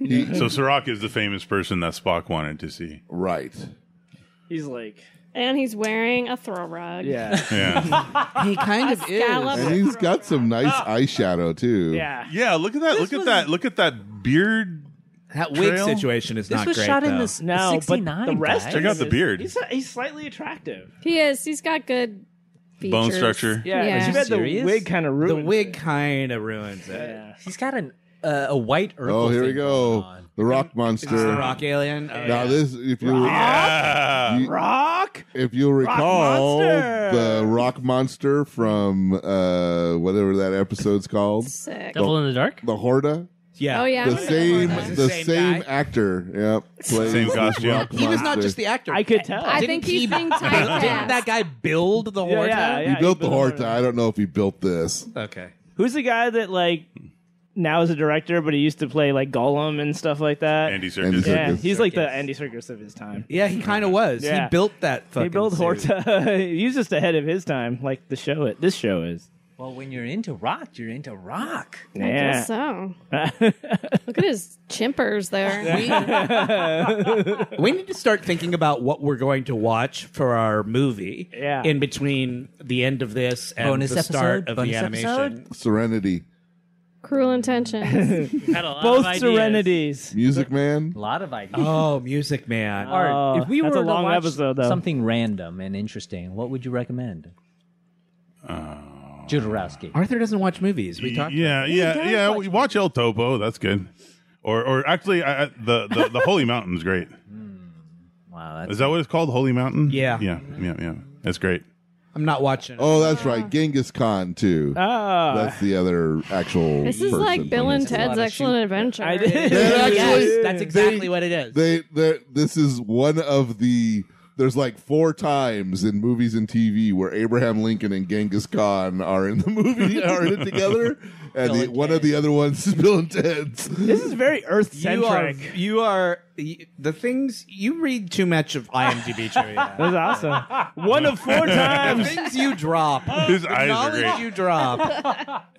S4: So Sirach is the famous person that Spock wanted to see.
S6: Right.
S5: He's like,
S3: And he's wearing a throw rug.
S5: yeah,
S4: Yeah.
S1: He kind of
S3: scallop.
S1: is.
S6: And he's got some nice eyeshadow too.
S5: yeah.
S4: yeah. Look at that. look at that. Look at that beard.
S1: That wig
S4: Trail?
S1: situation is
S7: This
S1: not
S7: was
S1: great.
S7: shot in
S1: though.
S7: this
S5: No, but
S7: 69,
S5: the rest.
S7: guys.
S4: Check out the
S5: is-
S4: beard.
S5: He's he's slightly attractive.
S3: He is. He's got good features.
S4: Bone structure.
S5: Yeah,
S3: Yeah.
S5: yeah.
S3: Are you
S5: had the
S7: serious?
S5: wig kind of
S1: the
S5: ruined.
S1: wig
S5: it.
S1: kind of ruins it.
S5: Yeah.
S7: He's got an uh, a white Urkel
S6: Oh, here we
S7: thing going
S6: go.
S7: on.
S6: The rock monster.
S1: It's the rock alien. Oh,
S6: Now
S1: yeah.
S6: this, if you
S4: Yeah.
S6: you-
S5: Rock.
S6: if you'll recall,
S5: monster.
S6: the rock monster from uh, whatever that episode's called,
S3: Sick.
S2: Devil in the Dark?
S6: the Horda.
S1: yeah.
S3: Oh, yeah. I
S6: The
S3: remember
S6: same,
S3: that.
S1: Was
S6: the
S1: the
S6: same,
S1: same guy?
S6: actor. Yep, plays
S4: Same
S6: this
S4: costume.
S6: rock
S4: He
S1: He was not
S6: monster.
S1: just the actor.
S5: I could tell.
S3: I
S1: Didn't
S3: think he's
S1: he-
S3: being
S1: Didn't that
S3: typecast.
S1: guy build the
S5: Yeah,
S1: horse?
S5: yeah, yeah,
S6: He built the
S5: a
S6: Horta.
S5: horn.
S6: I don't know if he built this.
S1: Okay.
S5: Who's the guy that like now is a director, but he used to play like Gollum and stuff like that?
S4: Andy Serkis.
S6: Andy
S5: yeah,
S6: Serkis.
S5: he's like the Andy Circus of his time.
S1: Yeah, he kind of was.
S5: Yeah.
S1: He built that fucking
S5: He built
S1: suit.
S5: Horta. he's just ahead of his time, like the show. It this show is.
S7: Well, when you're into rock, you're into rock.
S3: I
S5: Yeah.
S3: guess so. Look at his chimpers there.
S1: We need to start thinking about what we're going to watch for our movie
S5: Yeah.
S1: in between the end of this and
S7: Bonus
S1: the start
S7: episode?
S1: of
S7: Bonus
S1: the animation.
S7: episode?
S6: Serenity,
S3: Cruel intentions.
S5: Both serenities.
S6: Music Man.
S7: A lot of ideas.
S1: Oh, Music Man.
S5: Uh,
S7: Art, if we
S5: Oh, that's
S7: were
S5: a long
S7: to watch
S5: episode, though.
S7: something random and interesting, what would you recommend? Jodorowsky.
S1: Arthur doesn't watch movies. We talked
S4: yeah, yeah, yeah. Watch, El Topo. That's good. Or, or actually, I, I, the, the the Holy Mountain's great.
S7: Wow, that's
S4: Is that what it's called? Holy Mountain.
S1: Yeah.
S4: yeah, yeah, yeah. That's great.
S1: I'm not watching.
S6: Oh, that's right, Genghis Khan too.
S5: Ah.
S6: that's the other actual.
S3: This is
S6: person
S3: like Bill
S6: from
S3: and
S6: this.
S3: Ted's
S7: of
S3: Excellent Adventure.
S5: I did.
S6: They actually-
S1: yes, that's exactly
S6: they-
S1: what it is.
S6: They, they, this is one of the. There's like four times in movies and TV where Abraham Lincoln and Genghis Khan are in the movie, are in it together, and the,
S7: and
S6: one of the other ones is Bill and Ted's.
S5: This is very Earth
S1: you are
S5: centric.
S1: you are y- the things you read too much of IMDb trivia.
S5: That was awesome. One of four times.
S1: the things you drop,
S4: His
S1: the
S4: eyes are
S1: knowledge
S4: great.
S1: Oh, you drop.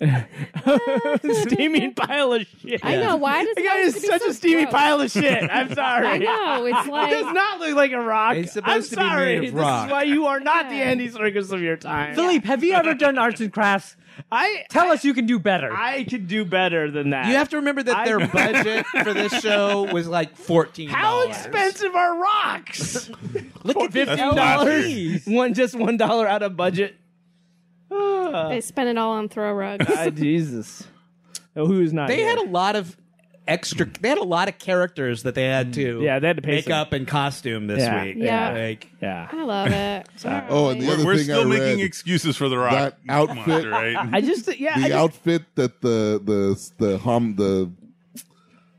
S5: steaming pile of shit.
S3: I know. Why does
S5: The
S3: it
S5: guy
S3: have to
S5: is
S3: be
S5: such
S3: so
S5: a steamy
S3: gross?
S5: pile of shit. I'm sorry.
S3: I know. It's like
S5: It does not look like a rock.
S1: It's supposed
S5: I'm
S1: to be made
S5: sorry.
S1: of
S5: this
S1: rock.
S5: is why you are not the Andy Circus of your time.
S8: Philippe, have you ever done arts and crafts?
S5: I
S8: Tell us you can do better.
S5: I could do better than that.
S1: You have to remember that their
S5: I-
S1: budget for this show was like fourteen.
S5: How expensive are rocks?
S1: Look at
S4: That's
S1: fifteen
S4: plaster.
S1: dollars.
S5: one just one dollar out of budget. Ah.
S3: they spend it all on throw rugs.
S5: Ah, Jesus. Oh, who's not?
S1: They
S5: here?
S1: had a lot of extra. They had a lot of characters that they had to.
S5: Mm. Yeah, they had to pay
S1: make
S5: some.
S1: up and costume this
S5: Yeah.
S1: week.
S3: Yeah.
S1: Like,
S5: yeah.
S3: I love it.
S6: Oh, and the other
S4: We're
S6: thing
S4: still
S6: I read,
S4: making excuses for the rock
S6: that outfit-
S4: monster, right?
S5: I just yeah.
S6: the
S5: I just,
S6: outfit that the the the hum the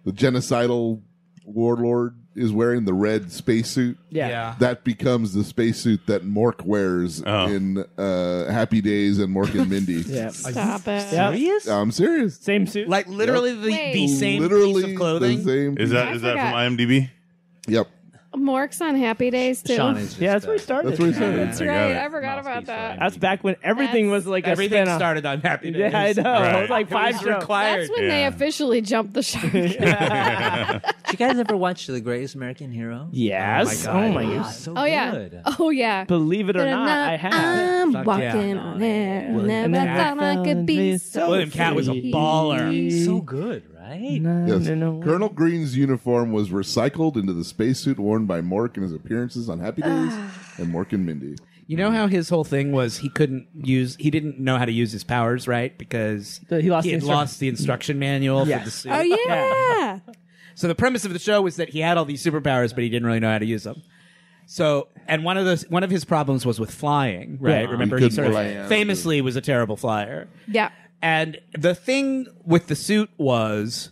S6: the genocidal warlord is wearing the red spacesuit.
S5: yeah.
S1: yeah.
S6: That becomes the spacesuit that Mork wears
S4: Oh.
S6: in uh, Happy Days and Mork and Mindy.
S5: Yeah.
S3: Stop it.
S5: Yeah.
S6: I'm serious.
S5: Same suit.
S1: Like literally
S3: Wait.
S1: the, the same
S6: Literally
S1: piece of clothing.
S6: the same.
S4: Is that
S3: I
S4: is that from
S3: forgot.
S4: IMDb?
S6: yep.
S3: Mork's on Happy Days too.
S7: Sean is just
S5: yeah, that's where we
S7: uh,
S5: started.
S6: That's where we started.
S3: That's
S4: I got
S3: right.
S4: it.
S3: I forgot
S7: Must
S3: about
S7: be
S3: that.
S7: fine.
S5: That's back when everything
S3: That's-
S5: was like a
S1: Everything
S5: spin-off.
S1: started on Happy Days.
S5: Yeah, I know. It was
S4: Right.
S5: like
S1: It was
S5: five shows.
S1: required.
S3: That's when they
S4: Yeah.
S3: officially jumped the shark.
S7: Did you guys ever watch The Greatest American Hero?
S5: Yes. Oh my god.
S7: It was so
S3: oh yeah.
S7: good.
S3: Oh yeah.
S5: Believe it or not, I have.
S3: am
S1: Fuck
S3: walking
S1: yeah.
S3: on air. Never
S5: And then I
S3: thought I
S5: fell
S3: could
S5: in
S3: be
S5: this-
S3: so.
S1: William Cat was a
S3: free.
S1: baller.
S7: So good, right?
S6: Yes.
S5: No, no, no.
S6: Colonel Green's uniform was recycled into the spacesuit worn by Mork in his appearances on Happy Days and Mork and Mindy.
S1: You know how his whole thing was he couldn't use he didn't know how to use his powers, right? Because
S5: The- he lost the
S1: had
S5: instruct-
S1: lost the instruction manual for the suit.
S3: Oh yeah.
S1: So the premise of the show was that he had all these superpowers, but he didn't really know how to use them. So, and one of those, one of his problems was with flying, right?
S5: Yeah.
S1: Remember,
S6: He
S1: he
S6: couldn't
S1: sort
S6: fly.
S1: of famously was a terrible flyer.
S3: yeah.
S1: And the thing with the suit was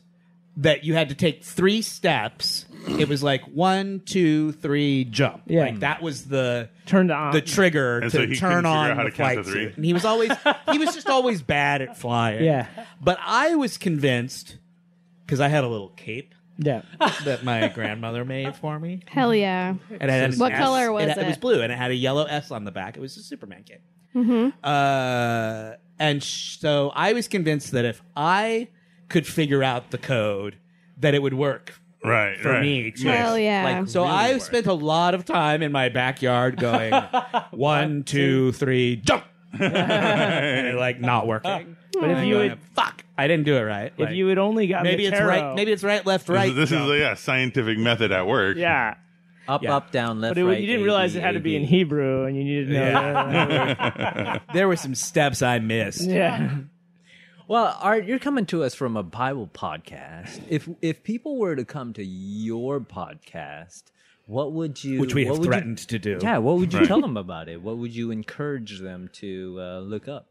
S1: that you had to take three steps. It was like one, two, three, jump.
S5: Yeah.
S1: Like that was the
S5: Turned on.
S1: the trigger
S4: And
S1: to
S4: so he couldn't
S1: turn
S4: figure
S1: on
S4: out how
S1: the
S4: to count to
S1: flight
S4: three.
S1: suit. And he was always he was just always bad at flying.
S5: Yeah.
S1: But I was convinced because I had a little cape
S5: Yeah.
S1: that my grandmother made for me.
S3: Hell yeah.
S1: And it had an
S3: What
S1: S.
S3: color was
S1: It,
S3: it?
S1: was blue, and it had a yellow S on the back. It was a Superman cape.
S3: Mm-hmm.
S1: Uh, and sh- so I was convinced that if I could figure out the code, that it would work
S4: Right.
S1: for
S4: right.
S1: me. Too.
S4: Nice.
S3: Hell yeah.
S1: Like, so I spent a lot of time in my backyard going one, two, three, jump, and it, like not working.
S5: But if
S1: And
S5: you
S1: going,
S5: had,
S1: fuck, I didn't do it right.
S5: if you had only gotten
S1: maybe
S5: the
S1: it's
S5: tarot,
S1: right, maybe it's right, left, right.
S4: This, is
S1: jump.
S4: a yeah, scientific method at work.
S5: yeah.
S7: Up,
S1: Yeah.
S7: up, down, left,
S5: But it,
S7: right.
S5: you didn't
S7: A,
S5: realize
S7: B,
S5: it had to
S7: A,
S5: be in
S7: B.
S5: Hebrew, and you needed to know. Yeah.
S1: there were some steps I missed.
S5: yeah.
S7: Well, Art, you're coming to us from a Bible podcast. If if people were to come to your podcast, what would you?
S1: Which we
S7: what
S1: have
S7: would you-
S1: threatened to do.
S7: yeah, what would you
S4: Right.
S7: tell them about it? What would you encourage them to uh, look up?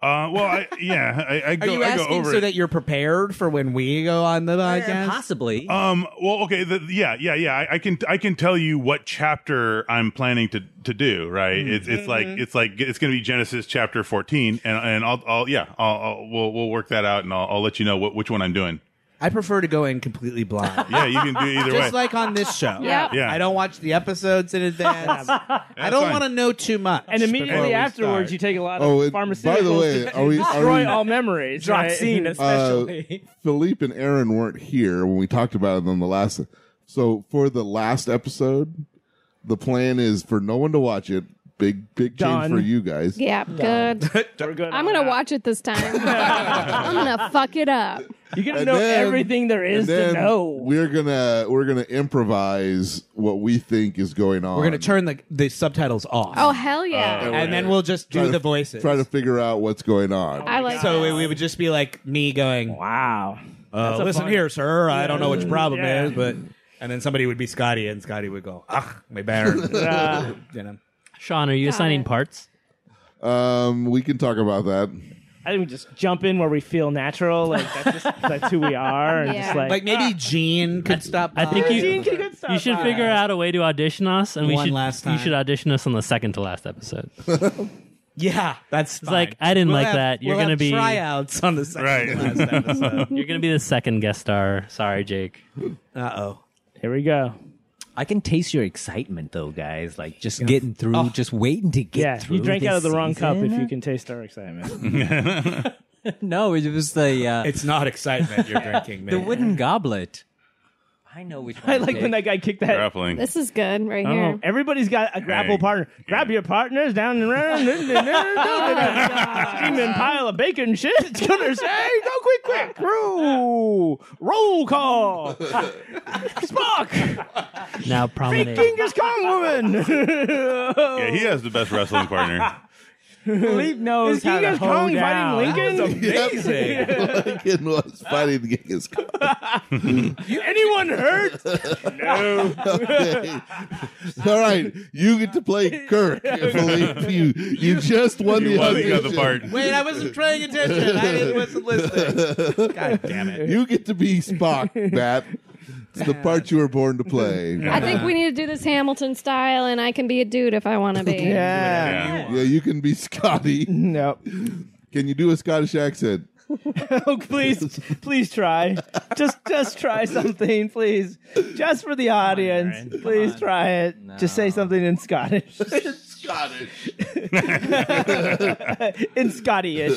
S4: Uh, well, I, yeah, I, I
S1: Are
S4: go,
S1: you
S4: I go
S1: asking
S4: over
S1: so
S4: it.
S1: that you're prepared for when we go on the
S7: Uh,
S1: podcast?
S7: Possibly.
S4: Um. Well. Okay. The, yeah. Yeah. Yeah. I, I can. I can tell you what chapter I'm planning to to do. Right. It's it's like it's like it's going to be Genesis chapter 14, and and I'll I'll yeah I'll, I'll we'll we'll work that out, and I'll I'll let you know what which one I'm doing.
S1: I prefer to go in completely blind.
S4: Yeah. You can do it either way.
S1: Just like on this show.
S3: Yep.
S4: Yeah.
S1: I don't watch the episodes in advance. I don't
S4: fine.
S1: want to know too much.
S5: And immediately afterwards, you take a lot of
S6: Oh, it- by the
S5: pharmaceuticals
S6: way,
S5: to
S6: are we- are
S5: destroy
S6: we-
S5: all memories.
S2: Droxine,
S5: right?
S6: Uh,
S2: especially.
S6: Philippe and Aaron weren't here when we talked about it on the last. So for the last episode, the plan is for no one to watch it. Big big change
S5: Done.
S6: for you guys.
S3: Yeah. Good.
S5: We're good
S3: I'm
S5: on
S3: gonna
S5: that.
S3: watch it this time. I'm gonna fuck it up.
S5: You're gonna
S6: And
S5: know
S6: then-
S5: everything there is to
S6: Then
S5: know.
S6: we're gonna we're gonna improvise what we think is going on.
S1: We're going to turn the, the subtitles off.
S3: Oh hell
S5: Uh,
S3: yeah.
S1: and then we'll just do
S6: Try to-
S1: the voices.
S6: try to figure out what's going on.
S3: I like
S1: so
S3: that.
S1: it, it would just be like me going,
S5: Wow.
S1: uh,
S5: a
S1: listen
S5: fun-
S1: here, sir. I don't know what your problem
S5: Yeah.
S1: is, but. And then somebody would be Scotty, and Scotty would go, ugh, my baron. you know.
S2: Sean, are you assigning
S3: it.
S2: parts?
S6: Um, we can talk about that.
S5: I think we just jump in where we feel natural. Like that's just that's who we are, and
S3: Yeah.
S5: just like,
S1: Like maybe Gene could stop.
S2: I think
S1: by.
S2: you you should figure out a way to audition us, and we
S1: One
S2: should
S1: last
S2: you
S1: time.
S2: should audition us on the second to last episode.
S1: Yeah, that's
S2: It's like I didn't like that. You're
S1: we'll
S2: gonna
S1: have
S2: be
S1: tryouts on the second
S4: Right.
S1: last episode.
S2: you're gonna be the second guest star. Sorry, Jake.
S1: uh oh.
S5: Here we go.
S7: I can taste your excitement, though, guys. Like just getting through, just waiting to get
S5: Oh. Yeah,
S7: through.
S5: you drank
S7: this
S5: out of the wrong cup if
S7: season.
S5: you can taste our excitement.
S7: No, it was the uh,
S1: It's not excitement you're drinking, man.
S7: the wooden goblet. I know which. One
S5: I
S7: to
S5: like when
S7: pick.
S5: that guy kicked that.
S4: Grappling.
S3: This is good right
S5: Oh,
S3: here.
S5: everybody's got a grapple
S4: Hey,
S5: partner. Grab your partners down and around. Screaming pile of bacon shit. It's gonna say, go quick, quick. Roll. Roll call. Spock.
S2: Now promenade.
S5: Genghis Khan woman.
S4: yeah, he has the best wrestling partner.
S8: Leap knows
S5: Is
S8: how to
S5: Genghis
S8: hoe
S5: Khan
S8: down.
S5: fighting Lincoln?
S6: Amazing. Lincoln was fighting the Genghis Khan.
S5: Anyone hurt?
S6: All right, you get to play Kirk. Philippe. You you just won the
S4: You won- you got the
S6: audition.
S4: part.
S1: Wait, I wasn't paying attention. I didn't- wasn't listening. God damn it.
S6: You get to be Spock, Matt. It's the part you were born to play.
S3: I think we need to do this Hamilton style, and I can be a dude if I want to be.
S5: Yeah.
S4: Yeah.
S6: Yeah, you can be Scotty.
S5: No.
S6: Can you do a Scottish accent?
S5: Oh, please, please try. Just, just try something, please. Just for the audience, please try it. Just say something in Scottish,
S6: Scottish.
S5: in Scottish.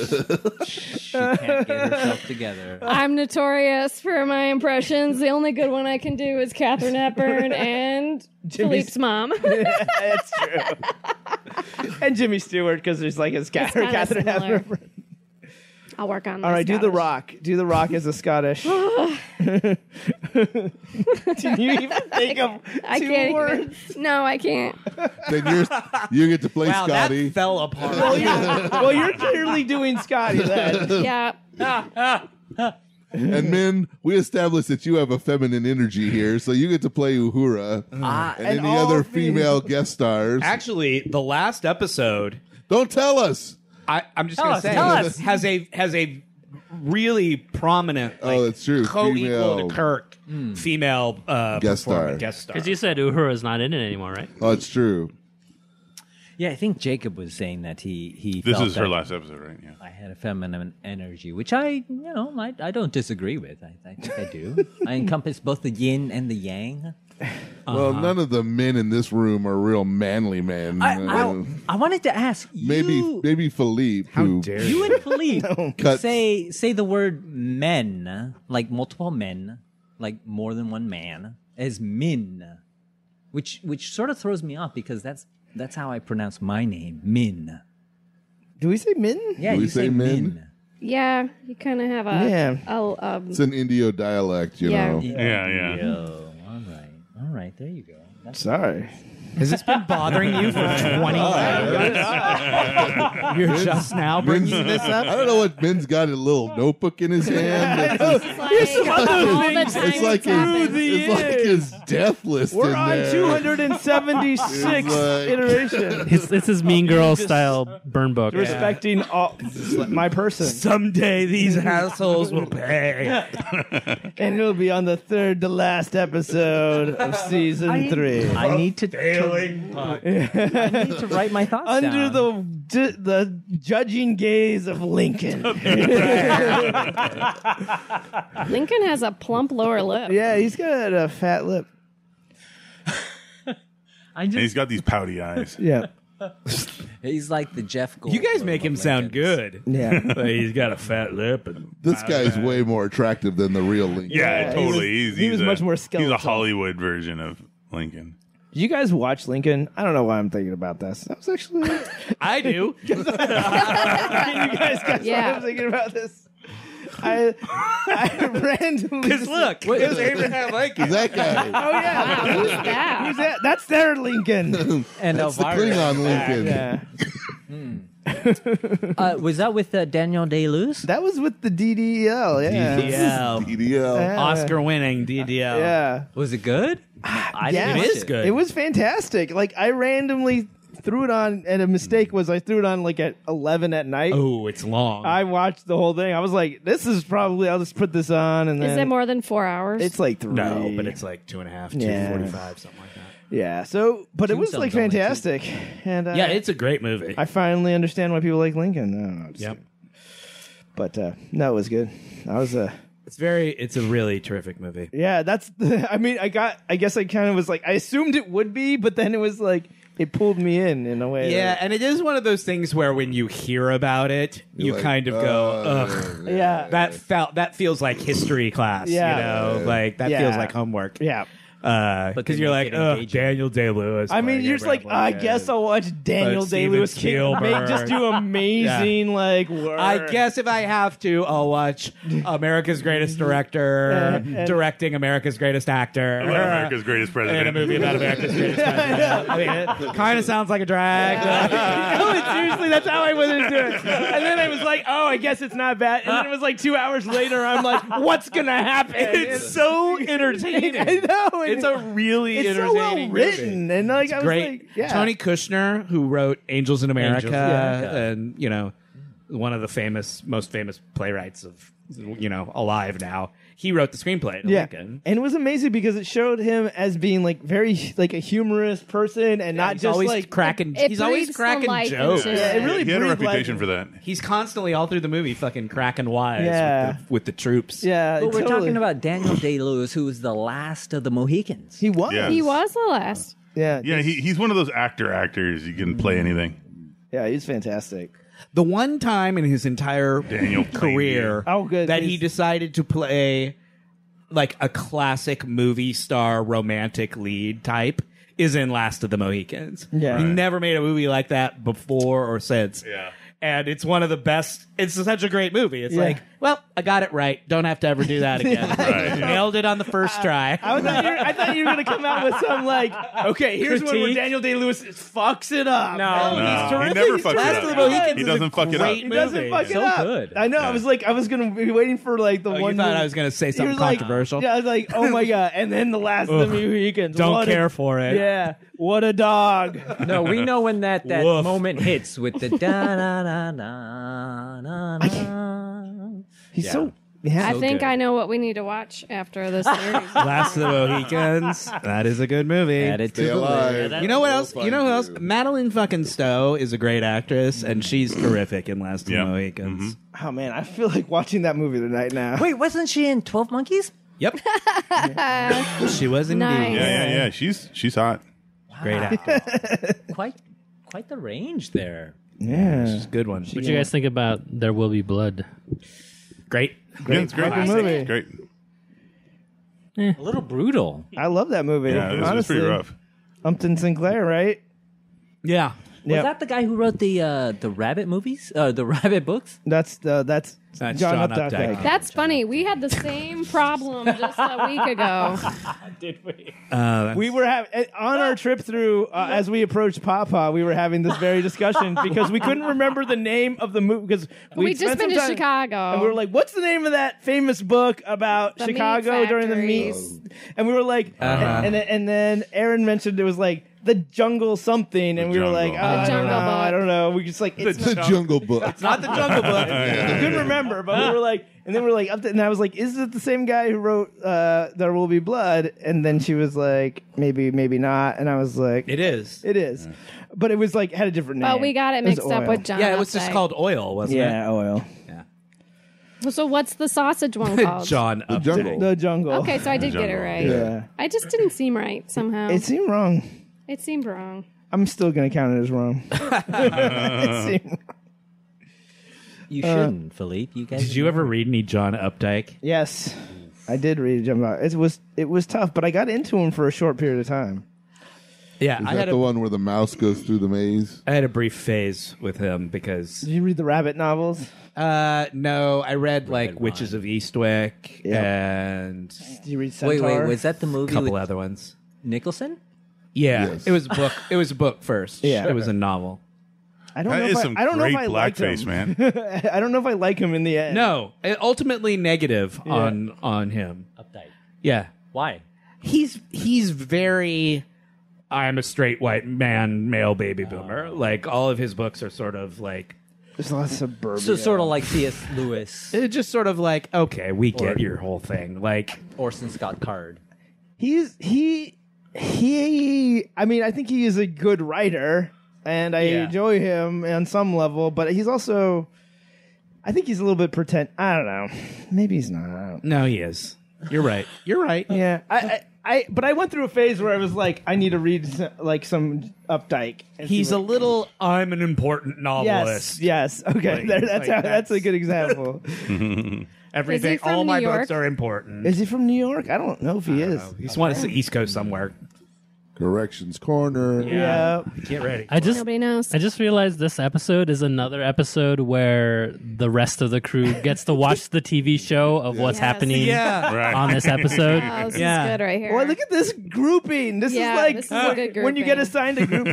S7: she can't get herself together.
S3: I'm notorious for my impressions. The only good one I can do is Katherine Hepburn and Philippe's mom.
S5: That's true. and Jimmy Stewart, because there's like a scat-
S3: kinda
S5: Catherine
S3: similar.
S5: Hepburn.
S3: I'll work on.
S5: All
S3: my
S5: right, do the
S3: Scottish.
S5: Rock. Do the Rock as a Scottish. Did you even think of
S3: I
S5: two
S3: can't.
S5: words?
S3: Even, no, I can't.
S6: Then you're you get to play
S1: Wow,
S6: Scotty.
S1: that fell apart.
S5: Well, you're, well, you're clearly doing Scotty then.
S3: Yeah.
S6: and men, we established that you have a feminine energy here, so you get to play Uhura and,
S5: and
S6: any
S5: all
S6: other
S5: the-
S6: female guest stars.
S1: Actually, the last episode,
S6: Don't tell us.
S1: I, I'm just going to
S8: us,
S1: say,
S8: tell us.
S1: has a has a really prominent, like,
S6: Oh, that's true.
S1: co-equal
S6: Female. Hmm.
S1: to Kirk, female uh,
S6: Guest
S1: performer-
S6: star.
S1: Guest star.
S2: Because you said Uhura's not in it anymore, right?
S6: Oh, it's true.
S7: Yeah, I think Jacob was saying that he he.
S4: This
S7: felt
S4: is her
S7: that
S4: last episode, right? Yeah.
S7: I had a feminine energy, which I you know I, I don't disagree with. I, I think I do. I encompass both the yin and the yang.
S6: Well, none of the men in this room are real manly men.
S7: I,
S6: Uh,
S7: I, I wanted to ask
S6: maybe
S7: you,
S6: maybe Philippe. who,
S7: you and Philippe
S6: Cut.
S7: say say the word men like multiple men, like more than one man as min, which which sort of throws me off because that's that's how I pronounce my name min.
S5: Do we say Min?
S7: Yeah,
S6: Do we
S7: you
S6: say
S7: say
S6: men?
S7: min.
S3: Yeah. You kind of have a.
S5: Yeah.
S3: a- um,
S6: It's an Indio dialect, you
S3: Yeah.
S6: know.
S4: Yeah, yeah.
S7: Yo, all right, all right, there you go. That's
S5: Sorry.
S1: Has this been bothering you for 20 years? You're just now bringing this up?
S6: I don't know what Ben's got a little notebook in his hand. It's,
S3: it's like all the time
S6: it's like
S3: it's happened.
S6: his, it's like his death list.
S5: We're
S6: in
S5: on
S6: there.
S5: 276
S6: It's like-
S5: iteration.
S2: It's, it's his Mean Girl style burn book.
S5: Respecting all my person,
S1: Someday these assholes will pay.
S5: and it'll be on the third to last episode of season three.
S7: I need to, I need to write my thoughts
S5: Under
S7: down.
S5: the d- the judging gaze of Lincoln.
S3: Lincoln has a plump lower lip.
S5: yeah, he's got a fat lip.
S7: I
S4: And he's
S7: just,
S4: got these pouty eyes.
S5: Yeah,
S7: he's like the Jeff Goldblum.
S1: You guys make him
S7: of
S1: sound good.
S7: Lincoln.
S5: yeah.
S1: But he's got a fat lip. And
S6: This guy's way more attractive than the real Lincoln.
S4: Yeah,
S5: he was-
S4: totally. he's,
S5: he
S4: he's
S5: was
S4: a,
S5: much more
S4: He's a
S5: skeletal.
S4: Hollywood version of Lincoln.
S5: Did you guys watch Lincoln? I don't know why I'm thinking about this. That was actually you
S1: I do.
S5: guys got
S3: Yeah.
S5: I'm thinking about this. I I randomly
S1: Because look, it was Abraham Lincoln.
S6: That guy.
S5: Oh yeah,
S3: Wow, who's that?
S5: That- that's their Lincoln.
S7: And
S6: That's the
S7: Elvira.
S6: Klingon Lincoln.
S5: yeah,
S7: Uh, was that with uh, Daniel Day Lewis?
S5: that was with the DDL. Yeah,
S1: E DDL.
S6: DDL.
S5: Yeah.
S1: Oscar winning DDL.
S5: Yeah.
S7: Was it good? I
S5: yeah.
S7: watch
S1: It is good.
S5: It was fantastic. Like I randomly threw it on, and a mistake was I threw it on like at eleven at night.
S1: Oh, it's long.
S5: I watched the whole thing. I was like, "This is probably." I'll just put this on, and then
S3: Is it more than four hours?
S5: It's like three.
S1: no, but it's like two and a half, two
S5: Yeah.
S1: forty-five, something like that.
S5: yeah. So, but it
S7: Two
S5: was like
S7: something, like two.
S5: fantastic, and uh,
S1: Yeah, it's a great movie.
S5: I finally Oh, understand why people like Lincoln. I don't know. Just-
S1: Yep.
S5: But uh, no, it was good. I was uh,
S1: It's very. It's a really terrific movie.
S5: Yeah, that's. I mean, I got. I guess I kind of was like, I assumed it would be, but then it was like it pulled me in in a way.
S1: Yeah, and it is one of those things where when you hear about it, you
S6: Like,
S1: kind of
S6: uh,
S1: go, ugh.
S5: that- yeah,
S1: That felt that feels like history class,
S5: Yeah.
S1: you know, like that
S5: Yeah.
S1: feels like homework.
S5: yeah.
S7: But
S1: because
S7: they
S1: you're
S7: make
S1: like,
S7: it
S1: oh,
S7: engaging.
S1: Daniel Day Lewis.
S5: I mean, you're just like, I guess I'll watch Daniel
S1: But
S5: Day
S1: Steven
S5: Lewis kick, make,
S1: Spielberg.
S5: just do amazing like work.
S1: I guess if I have to, I'll watch America's Greatest Director
S5: Yeah, and-
S1: directing America's Greatest Actor.
S4: About America's greatest president.
S1: in a movie about America's Greatest President. I mean, it kind of sounds like a drag.
S5: no, but seriously, that's how I went into it. And then I was like, oh, I guess it's not bad. And then it was like two hours later, I'm like, what's gonna happen?
S1: It's so entertaining.
S5: I know. and
S1: It's a really
S5: it's so well
S1: entertaining movie.
S5: written, and like I was
S1: Great.
S5: like, yeah.
S1: Tony Kushner, who wrote Angels in America,
S2: Angels in America.
S1: and you know, one of the famous, most famous playwrights of you know alive now. He wrote the screenplay. To
S5: Yeah.
S1: Lincoln.
S5: And it was amazing because it showed him as being like very like a humorous person and not
S1: he's
S5: just
S1: always
S5: like
S1: cracking.
S3: It
S1: he's always
S3: breathes the
S1: cracking
S3: life
S4: Oh,
S1: jokes.
S3: into
S5: Yeah, it really
S4: he had a
S5: breathed life
S4: reputation for that.
S1: He's constantly all through the movie, fucking cracking wise
S5: Yeah.
S1: with, the, with the troops.
S5: Yeah,
S7: But we're
S5: totally.
S7: talking about Daniel Day Lewis, who was the last of the Mohicans.
S5: he was.
S4: Yeah.
S3: He was the last.
S5: Yeah,
S4: Yeah, he, he's one of those actor actors. You can play anything.
S5: yeah, he's fantastic.
S1: the one time in his entire
S4: Daniel
S1: career
S5: Oh, good.
S1: that he
S5: He's-
S1: decided to play like a classic movie star romantic lead type is in Last of the Mohicans.
S5: Yeah.
S1: He
S5: Right.
S1: never made a movie like that before or since.
S4: Yeah.
S1: And it's one of the best. It's such a great movie. It's
S5: Yeah.
S1: like, well, I got it right. Don't have to ever do that again.
S4: Right.
S1: Nailed it on the first try.
S5: I thought, you were, I thought you were gonna come out with some like, okay, here's one where
S1: Critique?
S5: Daniel Day Lewis fucks it up.
S1: No.
S5: And
S4: No, he
S5: terrific.
S4: never
S5: Oh, He's
S4: fucks it
S5: Last
S4: up.
S5: of the Mohicans
S4: He
S5: is a
S4: doesn't fuck it up.
S1: great
S5: He doesn't
S1: movie.
S5: fuck it
S2: So
S5: up.
S2: good.
S5: I know. I
S4: Yeah.
S5: was like, I was gonna be waiting for like the
S1: Oh,
S5: one.
S1: you thought
S5: who-
S1: I was going to say
S5: He was
S1: something
S5: like-
S1: controversial.
S5: yeah, I was like, oh my god! And then the last of the Mohicans.
S2: Don't
S5: What a-
S2: care for it.
S5: Yeah, what a dog.
S7: No, we know when that, that
S2: Woof.
S7: moment hits with the da da da da da da.
S5: He's so yeah.
S7: So
S3: I think
S7: good.
S3: I know what we need to watch after this series.
S1: Last of the Mohicans. That is a good movie.
S7: Add it to
S6: Stay
S7: the
S6: alive.
S1: You know what
S6: We'll
S1: else? You
S6: find
S1: know who else?
S6: you.
S1: Madeline fucking Stowe is a great actress, and she's terrific in Last of
S4: Yeah.
S1: the Mohicans.
S5: Oh man, I feel like watching that movie tonight now.
S7: Wait, wasn't she in Twelve Monkeys?
S1: Yep, she was indeed
S3: Nice.
S4: Yeah, yeah, yeah. She's she's hot.
S1: great actress.
S7: Quite, quite the range there.
S5: Yeah,
S1: Good one.
S2: What do you guys think about There Will Be Blood?
S1: Great.
S4: Great, yeah, it's great.
S5: fucking movie.
S4: It's great.
S7: A little brutal.
S5: I love that movie.
S4: Yeah, it was, it was
S5: honestly,
S4: pretty rough.
S5: Umpton Sinclair, right?
S1: Yeah.
S5: Yeah.
S7: Was that the guy who wrote the uh, the rabbit movies? Uh, the rabbit books?
S5: That's uh, that's,
S1: That's
S5: John,
S1: John
S5: Updike.
S1: Updike.
S3: That's funny. We had the same problem just a week ago.
S5: We were having on our trip through uh, as we approached Papa. We were having this very discussion because we couldn't remember the name of the movie because
S3: We just been to Chicago.
S5: and we were like, "What's the name of that famous book about
S3: The meat
S5: Chicago during the meat?"
S3: factories.
S5: And we were like, and, then, and then Aaron mentioned it was like the jungle something, and we were
S4: Jungle.
S5: like, oh, I don't
S3: Jungle
S5: know, I
S3: Book.
S5: don't know. We just like it's
S6: It's the Jungle Book.
S5: not the Jungle Book. I couldn't remember, but we were like, and then we were like, up to, and I was like, is it the same guy who wrote uh, "There Will Be Blood"? And then she was like, maybe, maybe not. And I was like,
S1: It is.
S5: it is, but it was like had a different name.
S3: But we got it
S5: was
S3: mixed up
S5: oil.
S3: with John.
S1: yeah, it was just
S3: Updike.
S1: called Oil, wasn't
S5: yeah, oil,
S3: So what's the sausage one
S1: it?
S3: called?
S1: John
S6: The
S1: Updike.
S6: Jungle.
S5: the jungle.
S3: Okay, so I did get it right.
S5: yeah,
S3: I just didn't seem right somehow.
S5: it seemed wrong.
S3: it seemed wrong.
S5: I'm still gonna count it as wrong. it seemed,
S7: You shouldn't, Philippe. Uh, You guys.
S1: Did you ever read any John Updike?
S5: yes, I did read Jumbo. It was it was tough, but I got into him for a short period of time.
S1: Yeah,
S6: Is
S1: I
S6: that
S1: had
S6: the
S1: a,
S6: one where the mouse goes through the maze?
S1: I had a brief phase with him because
S5: Did you read the rabbit novels?
S1: uh no, I read like
S7: Ron.
S1: Witches of Eastwick
S5: Yeah.
S1: and
S5: Did you read
S7: Wait,
S5: Centaur?
S7: wait. Was that the
S1: a
S7: movie
S1: couple
S7: with
S1: other ones.
S7: Nicholson?
S1: Yeah,
S6: Yes.
S1: it was a book. It was a book first.
S5: Yeah.
S1: it was a novel.
S5: I don't know.
S4: That
S5: If
S4: is
S5: I,
S4: some
S5: I don't know
S4: great
S5: if I liked him.
S4: blackface, man.
S5: I don't know if I like him in the end.
S1: No, uh, ultimately negative on on him.
S7: Updike.
S1: Yeah,
S7: Why?
S1: he's he's very. I'm a straight white man, male baby boomer. Like all of his books are sort of like
S5: there's a lot of suburbia.
S7: So sort of like C.S. Lewis,
S1: it's just sort of like okay, we get your whole thing. Like
S7: Orson Scott Card.
S5: he's he he. I mean, I think he is a good writer, and I
S1: Yeah.
S5: enjoy him on some level. But he's also, I think he's a little bit pretend. I don't know. Maybe he's not. I don't
S1: No, he is. You're right. You're right.
S5: Yeah, I, I, I, but I went through a phase where I was like, I need to read s- like some Updike. and see
S9: He's a
S5: what-
S9: little. I'm an important novelist.
S5: yes, yes. Okay,
S9: Like-
S5: there, that's
S9: like
S5: how,
S9: that's-
S5: that's a good example.
S9: Everything.
S3: from
S9: all my
S3: New
S9: books
S3: York?
S9: are important.
S5: is he from New York? I don't know if he is.
S1: Oh, He's just want to see East Coast somewhere.
S6: Corrections Corner.
S5: Yeah,
S9: Get ready.
S2: I just
S3: Nobody knows.
S2: I just realized this episode is another episode where the rest of the crew gets to watch the TV show of what's
S3: Yes.
S2: happening
S1: Yeah.
S4: Right.
S2: on this episode.
S3: Oh, this
S1: Yeah.
S3: is good right here.
S5: Boy, look at this grouping. This
S3: Yeah,
S5: is like
S3: this is a good
S5: when you get
S3: grouping.
S5: assigned a group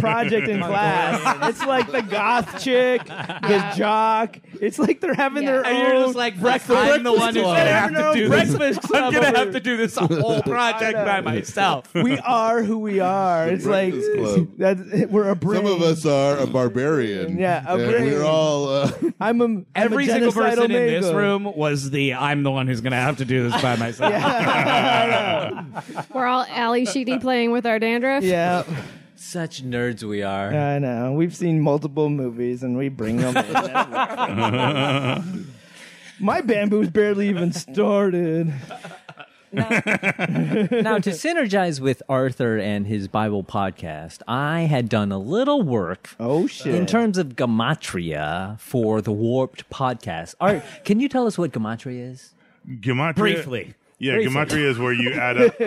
S5: project in class. it's like the goth chick, the jock. It's like they're having their
S3: Yeah.
S5: own.
S1: And you're just like, breakfast, I'm the one who's
S5: club.
S1: going to have to
S5: Never
S1: do
S5: know,
S1: this.
S5: breakfast
S1: I'm
S5: club
S1: going
S5: over
S1: to have
S5: here.
S1: to do this whole project
S5: I know.
S1: by myself.
S5: we are who we are. It's like
S6: Breakfast Club.
S5: that's we're a
S6: Some
S5: brain.
S6: of us are a barbarian.
S5: Yeah, a
S6: and
S5: barbarian.
S6: we're all. Uh,
S5: I'm a, I'm
S1: Every
S5: a
S1: single
S5: genocidal
S1: person in this
S5: mango.
S1: room was the I'm the one who's going to have to do this by myself.
S3: We're all Ally Sheedy playing with our dandruff.
S5: Yeah,
S7: Such nerds we are.
S5: I know. We've seen multiple movies, and we bring them. in. My bamboo's barely even started.
S7: now to synergize with Arthur and his Bible podcast, I had done a little work.
S5: Oh shit!
S7: In terms of gamatria for the Warped podcast, Art, can you tell us what gamatria is?
S4: Gematria,
S1: Briefly.
S4: Yeah,
S7: Briefly.
S4: gematria is where you add up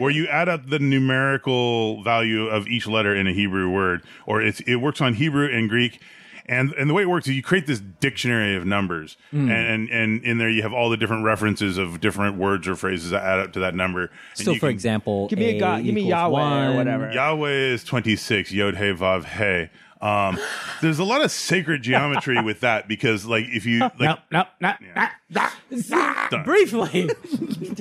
S4: where you add up the numerical value of each letter in a Hebrew word, or it's it works on Hebrew and Greek. And, and the way it works is you create this dictionary of numbers, and, and and in there you have all the different references of different words or phrases that add up to that number. And
S7: so,
S4: you
S7: for
S4: can-
S7: example,
S5: Give me a God- give me
S7: equals
S5: Yahweh or
S7: one.
S5: whatever.
S4: Yahweh is 26, Yod He Vav He. Um, there's a lot of sacred geometry with that because, like, if you like,
S1: Nope, nope, nope, nope.
S7: Briefly,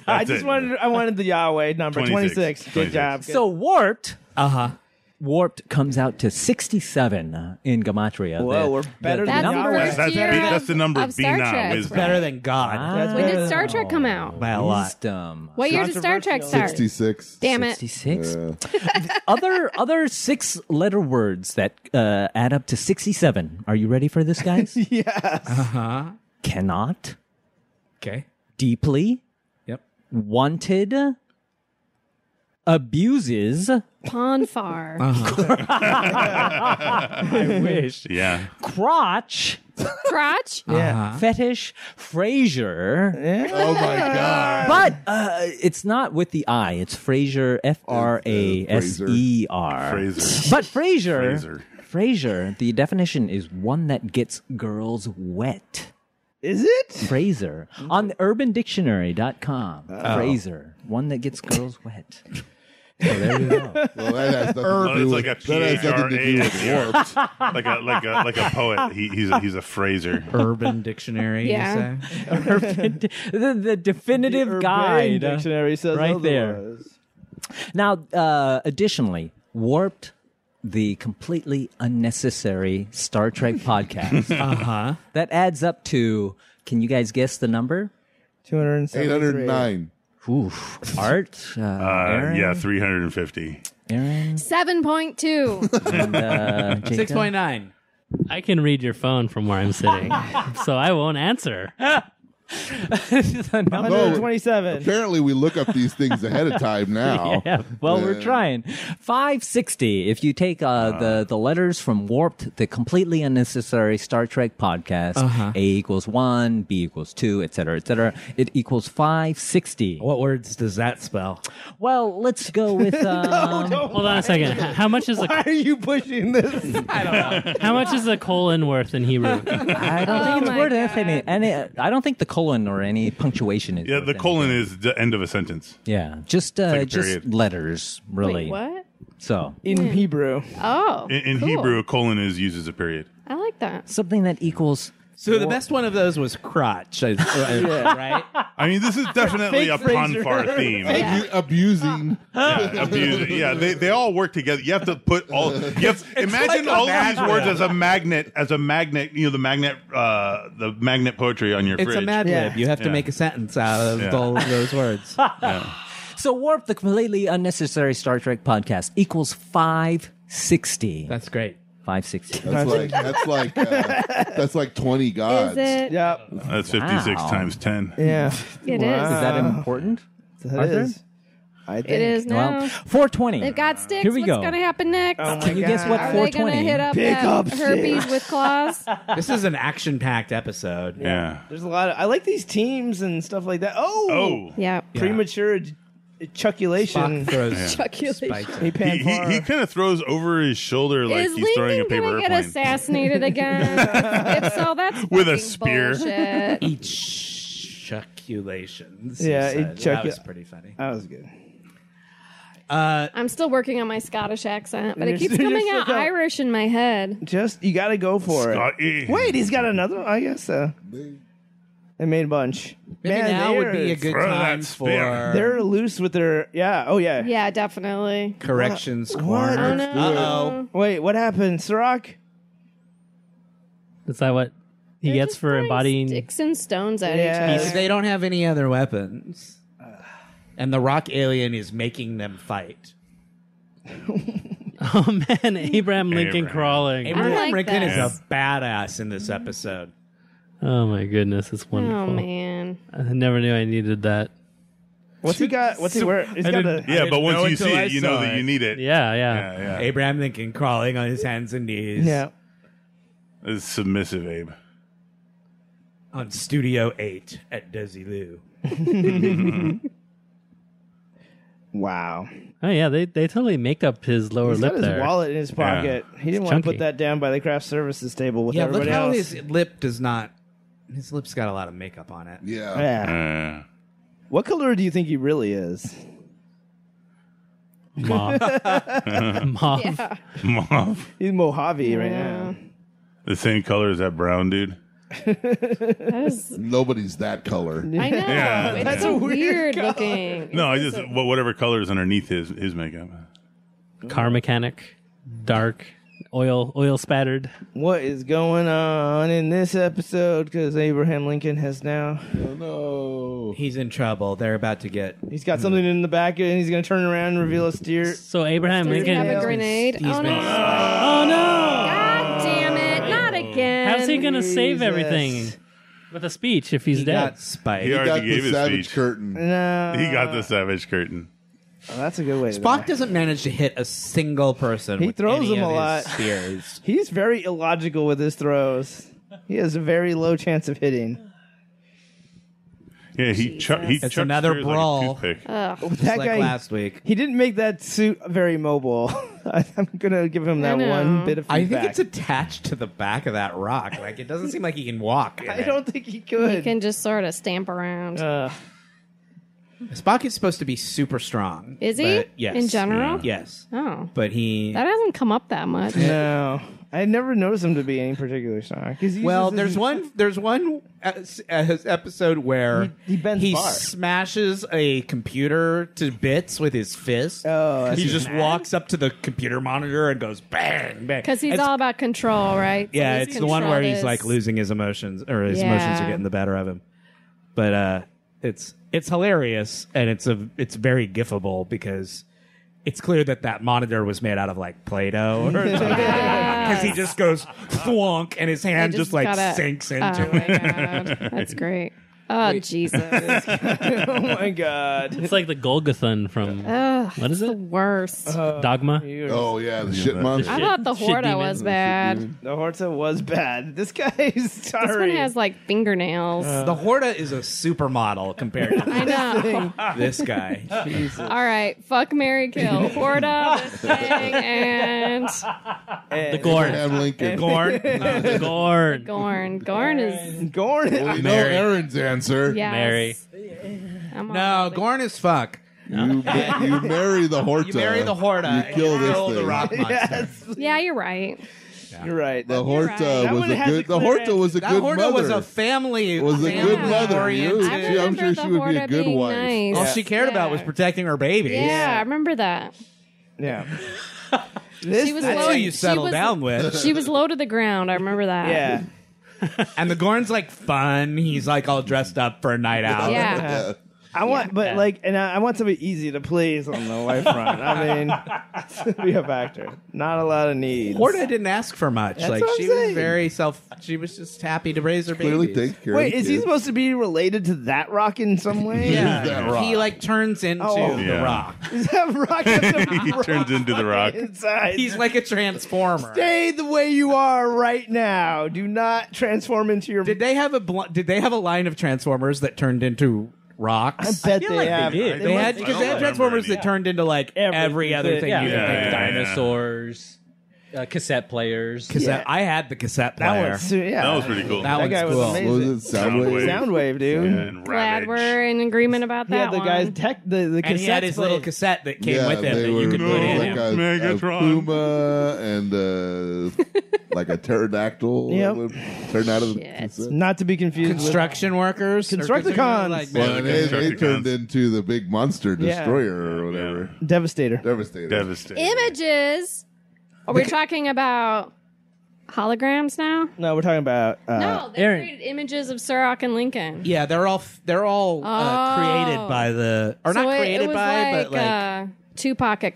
S5: I
S4: that's
S5: just
S4: it.
S5: wanted. I wanted the Yahweh number twenty
S4: 26.
S5: six. Good
S4: 26.
S5: job. Good.
S7: so warped. Uh huh. Warped comes out to sixty-seven in gamatria.
S5: Whoa,
S7: The-
S5: we're better than
S3: That's the
S5: Yahweh.
S4: That's-
S3: first
S4: that's
S3: year
S4: be-
S3: of-
S4: that's the number
S3: of
S4: be
S3: Star
S4: now,
S3: Trek.
S4: is-
S1: Better than God.
S7: Wow.
S3: When did Star
S7: Oh.
S3: Trek come out?
S1: By a lot.
S7: Wisdom.
S3: What year did Star Trek start?
S6: 66.
S3: Damn it.
S7: 66 other other six letter words that uh, add up to 67 are you ready for this guys yes cannot
S1: Okay.
S7: deeply
S1: Yep.
S7: wanted abuses
S3: Ponfar.
S7: Uh.
S4: yeah,
S7: crotch
S3: Crotch?
S5: Uh,
S7: fetish frasier
S6: Oh my God.
S7: but uh, it's not with the i it's frasier f-r-a-s-e-r
S4: Fraser.
S7: E but frasier
S4: Fraser.
S7: frasier the definition is one that gets girls wet
S5: Is it?
S7: Fraser on urbandictionary.com.
S5: Oh.
S7: Fraser, one that gets girls wet. So there you go.
S6: Well, that has nothing to
S4: Oh,
S6: do
S4: it's
S6: with
S4: like a P
S6: that
S4: H
S6: has
S4: R
S6: nothing to do
S4: A
S6: with
S4: S E R, like a like a like a poet. He, he's a, he's a Uh, Fraser.
S1: Urban Dictionary.
S3: Yeah.
S1: Yeah.
S7: the, the definitive
S5: Urban
S7: guide.
S5: uh, Dictionary says
S7: right there.
S5: otherwise.
S7: Now, uh, additionally, warped the completely unnecessary Star Trek podcast. uh huh.
S5: Uh-huh.
S7: That adds up to. Can you guys guess the number?
S5: 273.
S6: 809.
S7: Oof. Art. Uh,
S4: Uh,
S7: Aaron,
S4: yeah, 350.
S7: Aaron.
S3: 7.2.
S7: And, uh, Jacob?
S1: 6.9.
S2: I can read your phone from where I'm sitting, so I won't answer.
S7: The number-
S5: 127.
S6: Apparently, we look up these things ahead of time now.
S7: Oh. Yeah, well,
S6: Uh,
S7: we're trying. 560. If you take uh, the, the letters from Warped, the completely unnecessary Star Trek podcast, A equals 1, B equals 2, et cetera, et cetera, it equals 560.
S1: What words does that spell?
S7: Well, let's go with. Um,
S2: Hold on a second. H- How much is
S5: Why
S2: a
S5: are you pushing this?
S2: how much is a colon worth in Hebrew?
S7: I don't
S3: Oh
S7: think it's
S3: my
S7: worth
S3: God.
S7: any. any I don't think the colon or any punctuation is.
S4: Yeah,
S7: worth
S4: the
S7: anything.
S4: colon is the end of a sentence.
S7: Yeah, just uh,
S4: like a
S7: just
S4: period.
S7: letters, really.
S3: Wait, what?
S7: So
S5: In Hebrew.
S3: Oh.
S4: In, in
S3: cool.
S4: Hebrew, a colon is used as a period.
S3: I like that.
S7: something that equals.
S1: So the best one of those was crotch, I- right?
S4: I mean, this is definitely a Ponfar theme.
S3: Yeah.
S6: Abu- Abusing.
S4: Yeah, abuse. Yeah, they, they all work together. You have to put all. You have, imagine all of these words as a magnet, as a magnet. You know the magnet, uh, the magnet poetry on your
S1: It's a
S4: fridge.
S1: mad lib.
S5: Yeah.
S1: You have to
S4: Yeah.
S1: make a sentence out of
S4: Yeah.
S1: all of those words.
S7: So warp the completely unnecessary Star Trek podcast equals five sixty.
S1: That's great.
S7: Five sixty.
S6: That's like that's like uh, that's like twenty
S3: Is
S6: gods.
S3: it?
S5: Yep.
S4: That's 56
S7: Wow.
S4: times 10.
S5: Yeah.
S3: It is.
S7: Is that important?
S5: That
S7: Are there?
S5: is. I think.
S3: It is now.
S7: Well, four twenty.
S3: They've got sticks.
S7: Here we
S3: What's
S7: go.
S3: gonna happen next?
S7: Can you guess what
S3: Are
S7: four
S3: they gonna
S7: twenty?
S3: hit up,
S5: Pick
S3: that
S5: up
S3: herpes
S5: sticks.
S3: with claws?
S1: This is an action-packed episode.
S4: Yeah.
S5: There's a lot of. I like these teams and stuff like that. Oh.
S4: Oh.
S3: yeah.
S5: Premature ej- ejaculation.
S1: Spock throws
S3: Choculation.
S1: spikes.
S5: He
S4: He,
S5: pan
S4: he,
S5: far.
S4: he kind of throws over his shoulder like
S3: is
S4: he's throwing a
S3: Lincoln
S4: paper
S3: gonna get
S4: airplane.
S3: assassinated again? if so, that's
S4: With a
S3: fucking
S4: spear.
S3: bullshit.
S1: Ejaculations.
S5: Yeah,
S1: he said.
S5: ejacu-
S1: that was pretty funny. Uh,
S5: that was good.
S3: I'm still working on my Scottish accent, but it
S5: You're
S3: keeps
S5: still- you're
S3: coming
S5: still
S3: out
S5: go-
S3: Irish in my head.
S5: Just you got to go for it.
S4: Scotty.
S5: Wait, he's got another. one? I guess uh, they made a bunch.
S1: Maybe
S5: Man,
S1: now
S5: they
S1: would
S5: are-
S1: be a good
S4: Throw that
S1: time for
S4: spear.
S5: They're loose with their. Yeah. Oh yeah.
S3: Yeah, definitely.
S1: corrections
S5: What?
S1: corner.
S5: Oh, no.
S1: Uh-oh.
S5: Wait, what happened, Sirach?
S2: Is that what he
S3: They're
S2: gets
S3: just
S2: for
S3: throwing
S2: embodying?
S3: sticks and stones at
S5: Yeah.
S3: each other.
S1: If They don't have any other weapons. And the rock alien is making them fight.
S2: Oh man, Abraham Lincoln
S4: Abraham.
S2: crawling.
S1: Abraham
S3: like
S1: Lincoln is
S3: that.
S1: a badass in this episode.
S2: Oh my goodness, it's
S3: Oh
S2: wonderful.
S3: man,
S2: I never knew I needed that.
S5: What's he got? What's he wearing? He's
S1: I
S5: got
S1: didn't-
S5: a.
S4: Yeah, but
S1: didn't know
S4: once you
S1: until
S4: see
S1: I
S4: it, you know
S1: saw
S4: that
S1: it.
S4: you need it.
S2: Yeah, yeah.
S4: Yeah, yeah.
S1: Abraham Lincoln crawling on his hands and knees
S5: Yeah.
S4: It's submissive, Abe.
S1: on Studio 8 at Desi Lou.
S5: Wow.
S2: Oh yeah, they they totally make up his lower
S5: He's
S2: lip
S5: got his
S2: there.
S5: wallet in his pocket. He didn't want to
S2: chunky.
S5: put that down by the craft services table with
S1: Yeah, look
S5: everybody
S1: how
S5: else.
S1: his lip does not. His lip's got a lot of makeup on it.
S6: Yeah.
S5: yeah.
S4: Uh,
S5: What color do you think he really is?
S2: Mauve. Mauve.
S3: yeah.
S4: mauve.
S5: He's Mojave right
S3: Yeah.
S5: now.
S4: The same color as that brown dude.
S3: That is,
S6: Nobody's that color.
S3: I know.
S4: Yeah.
S3: it's
S4: That's
S3: so
S5: a weird
S3: weird,
S5: color.
S3: looking.
S4: No, I just wha- whatever color is underneath his his makeup.
S2: Car mechanic. Dark. Oil oil spattered.
S5: What is going on in this episode? Because Abraham Lincoln has now.
S6: Oh, no.
S1: He's in trouble. They're about to get.
S5: He's got something in the back and he's going to turn around and reveal a steer.
S2: So Abraham
S3: Does he
S2: Lincoln.
S3: have a
S5: He's-
S3: grenade?
S1: he's
S3: oh
S1: been-
S3: no!
S2: oh no!
S3: God damn it! Not again.
S2: How's he gonna save
S5: Jesus.
S2: everything with a speech if he's
S1: He
S2: dead?
S1: got spiked.
S4: He
S6: He got
S4: already gave
S6: the
S4: his
S6: savage
S4: speech.
S6: curtain.
S5: No.
S4: he
S1: Uh,
S4: got the savage curtain.
S5: Oh, that's a good way to
S1: Spock
S5: die.
S1: doesn't manage to hit a single person.
S5: He
S1: with
S5: throws
S1: any
S5: them
S1: of
S5: a
S1: his
S5: lot.
S1: Spears.
S5: He's very illogical with his throws. He has a very low chance of hitting.
S4: Yeah, he chuck he
S1: It's
S4: chucks
S1: another
S4: spears like a
S1: brawl.
S4: toothpick.
S5: that
S1: Just like
S5: guy,
S1: last week.
S5: he didn't make that suit very mobile. I, I'm gonna give him that
S3: know.
S5: one bit of
S1: I
S5: feedback.
S1: think it's attached to the back of that rock. Like it doesn't seem like he can walk. in
S5: I
S1: it.
S5: don't think he could.
S3: He can just sort of stamp around.
S5: Uh,
S1: Spock is supposed to be super strong.
S3: Is he?
S1: But yes.
S3: In general?
S1: Yes.
S3: Oh,
S1: But he.
S3: that hasn't come up that much.
S5: no, I never noticed him to be any particular star.
S1: Well, there's one. There's one uh, s- uh, his episode where
S5: He- he bends far.
S1: smashes a computer to bits with his fist.
S5: Oh, that's
S1: he just walks up to the computer monitor and goes bang bang.
S3: Because he's
S1: It's-
S3: all about control, right?
S1: Yeah,
S3: He's
S1: it's the one where
S3: controlled
S1: he's
S3: his-
S1: like losing his emotions, or his emotions are
S3: Yeah.
S1: getting the better of him. But uh, it's it's hilarious, and it's a it's very gifable because it's clear that that monitor was made out of like Play-Doh, because he just goes thwonk, and his
S3: I
S1: hand just, like
S3: gotta-
S1: sinks
S3: Oh
S1: into it.
S3: my God. That's great. Oh Jesus!
S5: oh my god,
S2: It's like the Golgothan from
S3: Ugh,
S2: what is
S3: the
S2: it?
S3: worst.
S2: Dogma.
S6: Oh, yeah. The shit monster.
S3: I
S2: shit-
S3: thought the
S2: shit
S3: Horta
S2: demon.
S3: was bad.
S5: the Horta was bad. This guy's sorry.
S3: This one has like fingernails.
S1: The Horta is a supermodel compared
S3: I
S1: to
S3: know.
S1: this guy.
S3: All right, fuck Mary Kill, Horta, this thing, and
S2: The Gorn.
S6: Abraham Lincoln.
S1: Gorn.
S2: The Gorn.
S3: Gorn. Gorn is
S5: Gorn.
S6: Well, you know Aaron's answer.
S3: yes.
S2: Mary.
S3: I'm all
S1: No,
S3: over
S1: Gorn is fuck.
S6: You, ma- you marry the Horta.
S1: You marry the Horta.
S6: You kill
S1: and
S6: this
S1: kill the
S6: thing.
S1: rock monster.
S5: Yes,
S3: it. Yeah, you're right.
S5: you're right.
S6: The
S5: That-
S6: Horta
S5: That
S6: was
S5: one
S6: a
S5: has a
S6: good. The
S5: clear
S6: Horta
S5: answer.
S6: was a
S1: That
S6: good
S1: Horta
S6: mother.
S1: was a family.
S6: Was a good
S1: family
S6: mother. You-
S1: oriented.
S6: I'm
S3: I
S6: sure
S3: remember
S6: she
S3: the
S6: would be a
S3: Horta
S6: good
S3: being
S6: wife.
S3: Nice.
S1: All she cared
S3: Yeah.
S1: about was protecting her babies.
S3: Yeah, I remember that.
S5: yeah. This
S3: She was
S5: thing-
S1: That's
S3: low-
S1: who you
S3: She
S1: settle
S3: was-
S1: down with.
S3: She was low to the ground. I remember that.
S5: Yeah.
S1: And the Gorn's like fun. He's like all dressed up for a night out.
S3: Yeah.
S5: I want, but like, and I, I want somebody easy to please on the wife front. I mean, be a factor. Not a lot of needs.
S1: Horta didn't ask for much.
S5: That's
S1: like
S5: what I'm
S1: she was
S5: saying.
S1: very self. She was just happy to raise her
S6: Clearly
S1: babies.
S6: take care
S5: Wait,
S6: of
S5: is
S6: the
S5: he
S6: kids.
S5: supposed to be related to that rock in some way?
S1: Yeah,
S6: that rock?
S1: he like turns into
S5: Oh.
S1: the
S4: Yeah.
S1: rock.
S5: Is that rock just
S4: he
S5: a
S4: turns into the rock.
S5: inside?
S1: He's like a transformer.
S5: Stay the way you are right now. Do not transform into your.
S1: Did they have a bl- did they have a line of transformers that turned into
S5: I
S1: rocks?
S5: bet
S7: feel
S5: they
S7: like they
S5: have.
S7: did.
S1: They had
S5: must-
S1: because
S4: I
S1: they
S4: don't
S1: had transformers
S4: remember
S1: that turned into like every,
S5: Every-
S1: other
S5: yeah.
S1: thing you
S4: Yeah,
S1: can think
S4: yeah,
S1: of.
S4: yeah.
S7: Dinosaurs, Uh, cassette players.
S1: Cassette-
S5: Yeah.
S1: I had the cassette
S5: That
S1: player.
S5: one's- yeah.
S4: That was pretty cool.
S1: That
S5: That
S1: one's
S5: guy was
S1: cool.
S5: amazing.
S6: What was it? Soundwave.
S4: Soundwave.
S5: Soundwave, dude.
S4: and
S3: Glad
S4: Ravage.
S3: we're in agreement about
S5: He
S3: that
S5: had the
S3: one.
S5: guy's tech. The, the
S1: And he had his little
S5: cassette.
S1: cassette that came
S6: yeah,
S1: with him
S6: they
S1: that
S6: were, Oh,
S1: you could put in
S6: like
S1: him.
S6: A, a
S4: Megatron.
S6: puma and a, like a pterodactyl
S5: Yep.
S6: that would turn out of the
S3: Shit.
S6: cassette.
S5: Not to be confused with
S1: Construction workers, or
S5: Constructicons.
S1: construction- like-
S6: Well,
S4: Yeah, the
S6: and they, they
S4: Constructicons.
S6: turned into the big monster
S5: Yeah.
S6: destroyer or whatever.
S5: Devastator.
S6: Devastator.
S4: Devastating.
S3: Images. Are we talking about holograms now?
S5: No, we're talking about. Uh,
S3: no, they
S2: Aaron.
S3: created images of Surrock and Lincoln.
S1: yeah, they're all f- they're all uh,
S3: Oh.
S1: created by the or
S3: So
S1: not
S3: it-
S1: created
S3: it was
S1: by,
S3: like,
S1: but like
S3: uh, Tupac at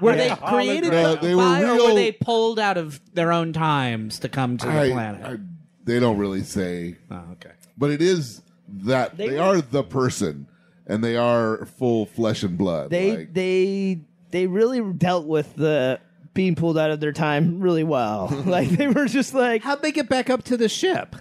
S1: were they created
S6: No, they were
S1: by or were
S6: real-
S1: they pulled out of their own times to come to
S6: I-
S1: the planet?
S6: I- they don't really say,
S1: oh, okay.
S6: but it is that they, are the person and they are full flesh and blood.
S5: they
S6: like,
S5: they they really dealt with the being pulled out of their time really well. like they were just like
S1: How'd they get back up to the ship?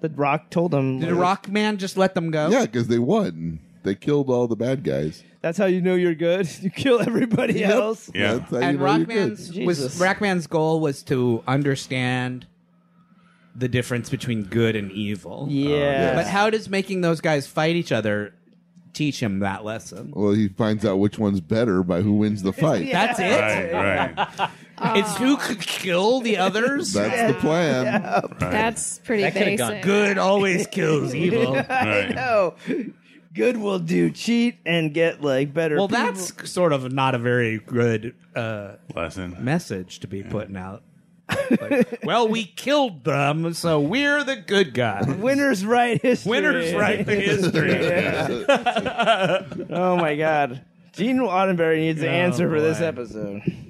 S5: the Rock told them.
S1: Did Rock Man just let them go?
S6: yeah, because they won. They killed all the bad guys.
S5: That's how you know you're good. You kill everybody
S1: Oh,
S5: else.
S4: Yeah.
S6: That's how you
S1: And
S6: know you're good.
S1: Rockman's was
S5: Jesus.
S1: Rockman's goal was to understand the difference between good and evil.
S5: Yeah.
S1: But how does making those guys fight each other teach him that lesson?
S6: Well, he finds out which one's better by who wins the fight.
S1: That's it.
S4: Right, right.
S1: It's who could kill the others.
S6: That's the plan.
S3: That's pretty
S7: That could've
S3: basic.
S7: gone
S1: good always kills evil.
S4: right.
S5: Oh, good will do. Cheat and get like better.
S1: well,
S5: people.
S1: that's sort of not a very good uh,
S4: Lesson.
S1: message to be putting out. Like, well, we killed them, so we're the good guys.
S5: winners right history.
S1: Winners write the history.
S5: Oh my God. Gene Roddenberry needs an answer for this episode, which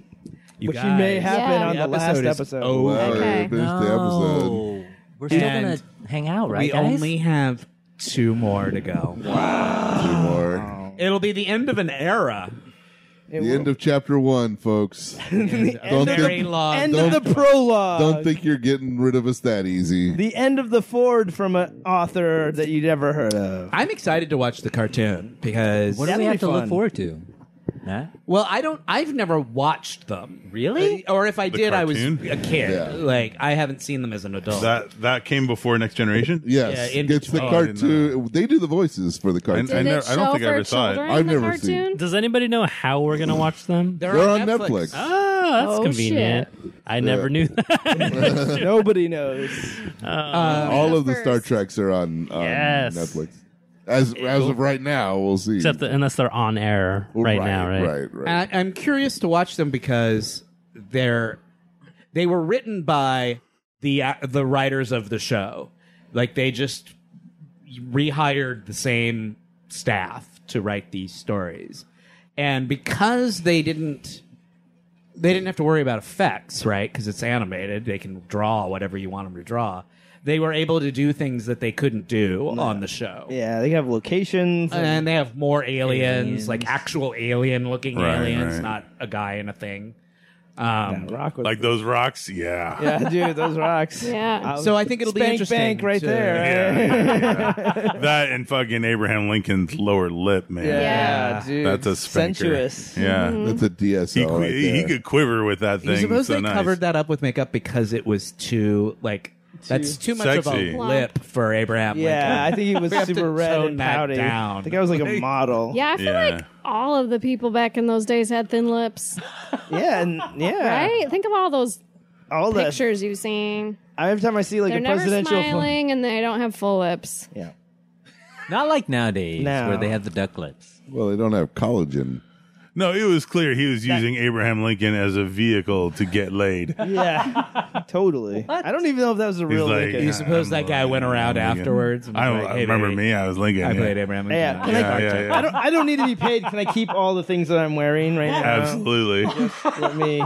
S5: you may
S1: Oh, guys.
S5: happen
S3: Yeah.
S5: on the,
S1: The
S5: last
S1: episode is
S5: episode.
S1: over.
S6: Wow,
S3: Okay.
S6: we finished the episode.
S7: We're still gonna
S1: And
S7: hang out, right?
S1: we
S7: guys?
S1: only have two more to go.
S6: Two more.
S1: It'll be the end of an era.
S5: It
S6: The
S5: will-
S6: end of chapter one, folks. Don't
S1: Very
S6: think-
S1: long.
S5: End
S6: Don't-
S5: of the prologue.
S2: Uh,
S6: Don't think you're getting rid of us that easy.
S5: The end of the Ford from an author that you'd never heard of.
S1: I'm excited to watch the cartoon because
S7: What do we
S5: That'd
S7: have
S5: be
S7: to
S5: fun.
S7: look forward to? Huh?
S1: well, I don't. I've never watched them
S7: Really?
S1: or if I did, I
S4: cartoon?
S1: was a kid.
S6: Yeah.
S1: Like I haven't seen them as an adult.
S4: That that came before Next Generation.
S6: yes,
S1: Yeah, in
S6: it's the
S1: between.
S4: Oh, I didn't know
S6: cartoon. They do the voices for the cartoon.
S4: I
S3: Did
S4: never-
S3: it
S4: I don't
S3: show
S4: think I
S3: for
S4: ever saw it.
S3: children,
S6: I've
S3: the
S6: never
S3: cartoon?
S6: seen it.
S2: Does anybody know how we're gonna watch them?
S6: They're on Netflix.
S2: Oh, that's
S5: Oh,
S2: convenient. I never knew that.
S5: Nobody knows.
S6: All of the
S3: first.
S6: Star Treks are on, on
S2: Yes.
S6: Netflix. As as of right now, we'll see.
S2: Except that, unless they're on air right, now, right?
S6: Right, right.
S1: And I, I'm curious to watch them because they're they were written by the uh, the writers of the show. Like they just rehired the same staff to write these stories, and because they didn't they didn't have to worry about effects, right? Because it's animated, they can draw whatever you want them to draw. They were able to do things that they couldn't do on the show
S5: Yeah, they have locations.
S1: and then they have more aliens,
S7: Aliens.
S1: like actual alien looking
S4: Right,
S1: aliens,
S4: right.
S1: not a guy in a thing. Um,
S5: rock was
S4: Like those rocks. Yeah.
S5: yeah, dude, those rocks.
S3: Yeah.
S1: So I think it'll be
S5: Spank
S1: interesting
S5: Bank right
S1: to-
S5: there.
S4: Yeah, yeah. that and fucking Abraham Lincoln's lower lip, man.
S5: Yeah,
S3: Yeah.
S5: dude.
S4: That's a spanker.
S5: sensuous.
S4: Yeah.
S6: That's a DSL.
S4: He,
S6: right
S4: he, he
S6: there.
S4: could quiver with that thing.
S1: you suppose
S4: so
S1: they
S4: nice.
S1: covered that up with makeup because it was too like that's too much
S4: Sexy.
S1: of a lip for Abraham
S5: Yeah, I
S1: Lincoln.
S5: think he was
S1: We have to
S5: super red
S1: tone
S5: and
S1: that
S5: pouty.
S1: down.
S5: I think I was like a model.
S3: Yeah, I feel
S4: Yeah.
S3: like all of the people back in those days had thin lips,
S5: yeah, and, yeah.
S3: right? Think of all those
S5: All the
S3: pictures you've seen.
S5: every time I see like
S3: They're
S5: a
S3: never
S5: presidential. photo-
S3: smiling and they don't have full lips.
S5: Yeah.
S7: Not like nowadays
S5: No.
S7: where they have the duck lips.
S6: Well, they don't have collagen.
S4: No, it was clear he was using Abraham Lincoln as a vehicle to get laid.
S5: Yeah, totally. I don't even know if that was a
S4: He's
S5: real
S4: like,
S5: Lincoln.
S1: You suppose
S4: I'm
S1: that guy went around
S4: Lincoln.
S1: afterwards and was
S4: I, don't-
S1: like,
S4: I
S1: "Hey,
S4: remember
S1: baby,
S4: me. I was Lincoln.
S1: I
S4: yeah.
S1: played Abraham Lincoln.
S5: Yeah, can I-
S4: Yeah, yeah, yeah.
S5: I don't. I don't need to be paid. Can I keep all the things that I'm wearing right now?
S4: Absolutely.
S5: Let me.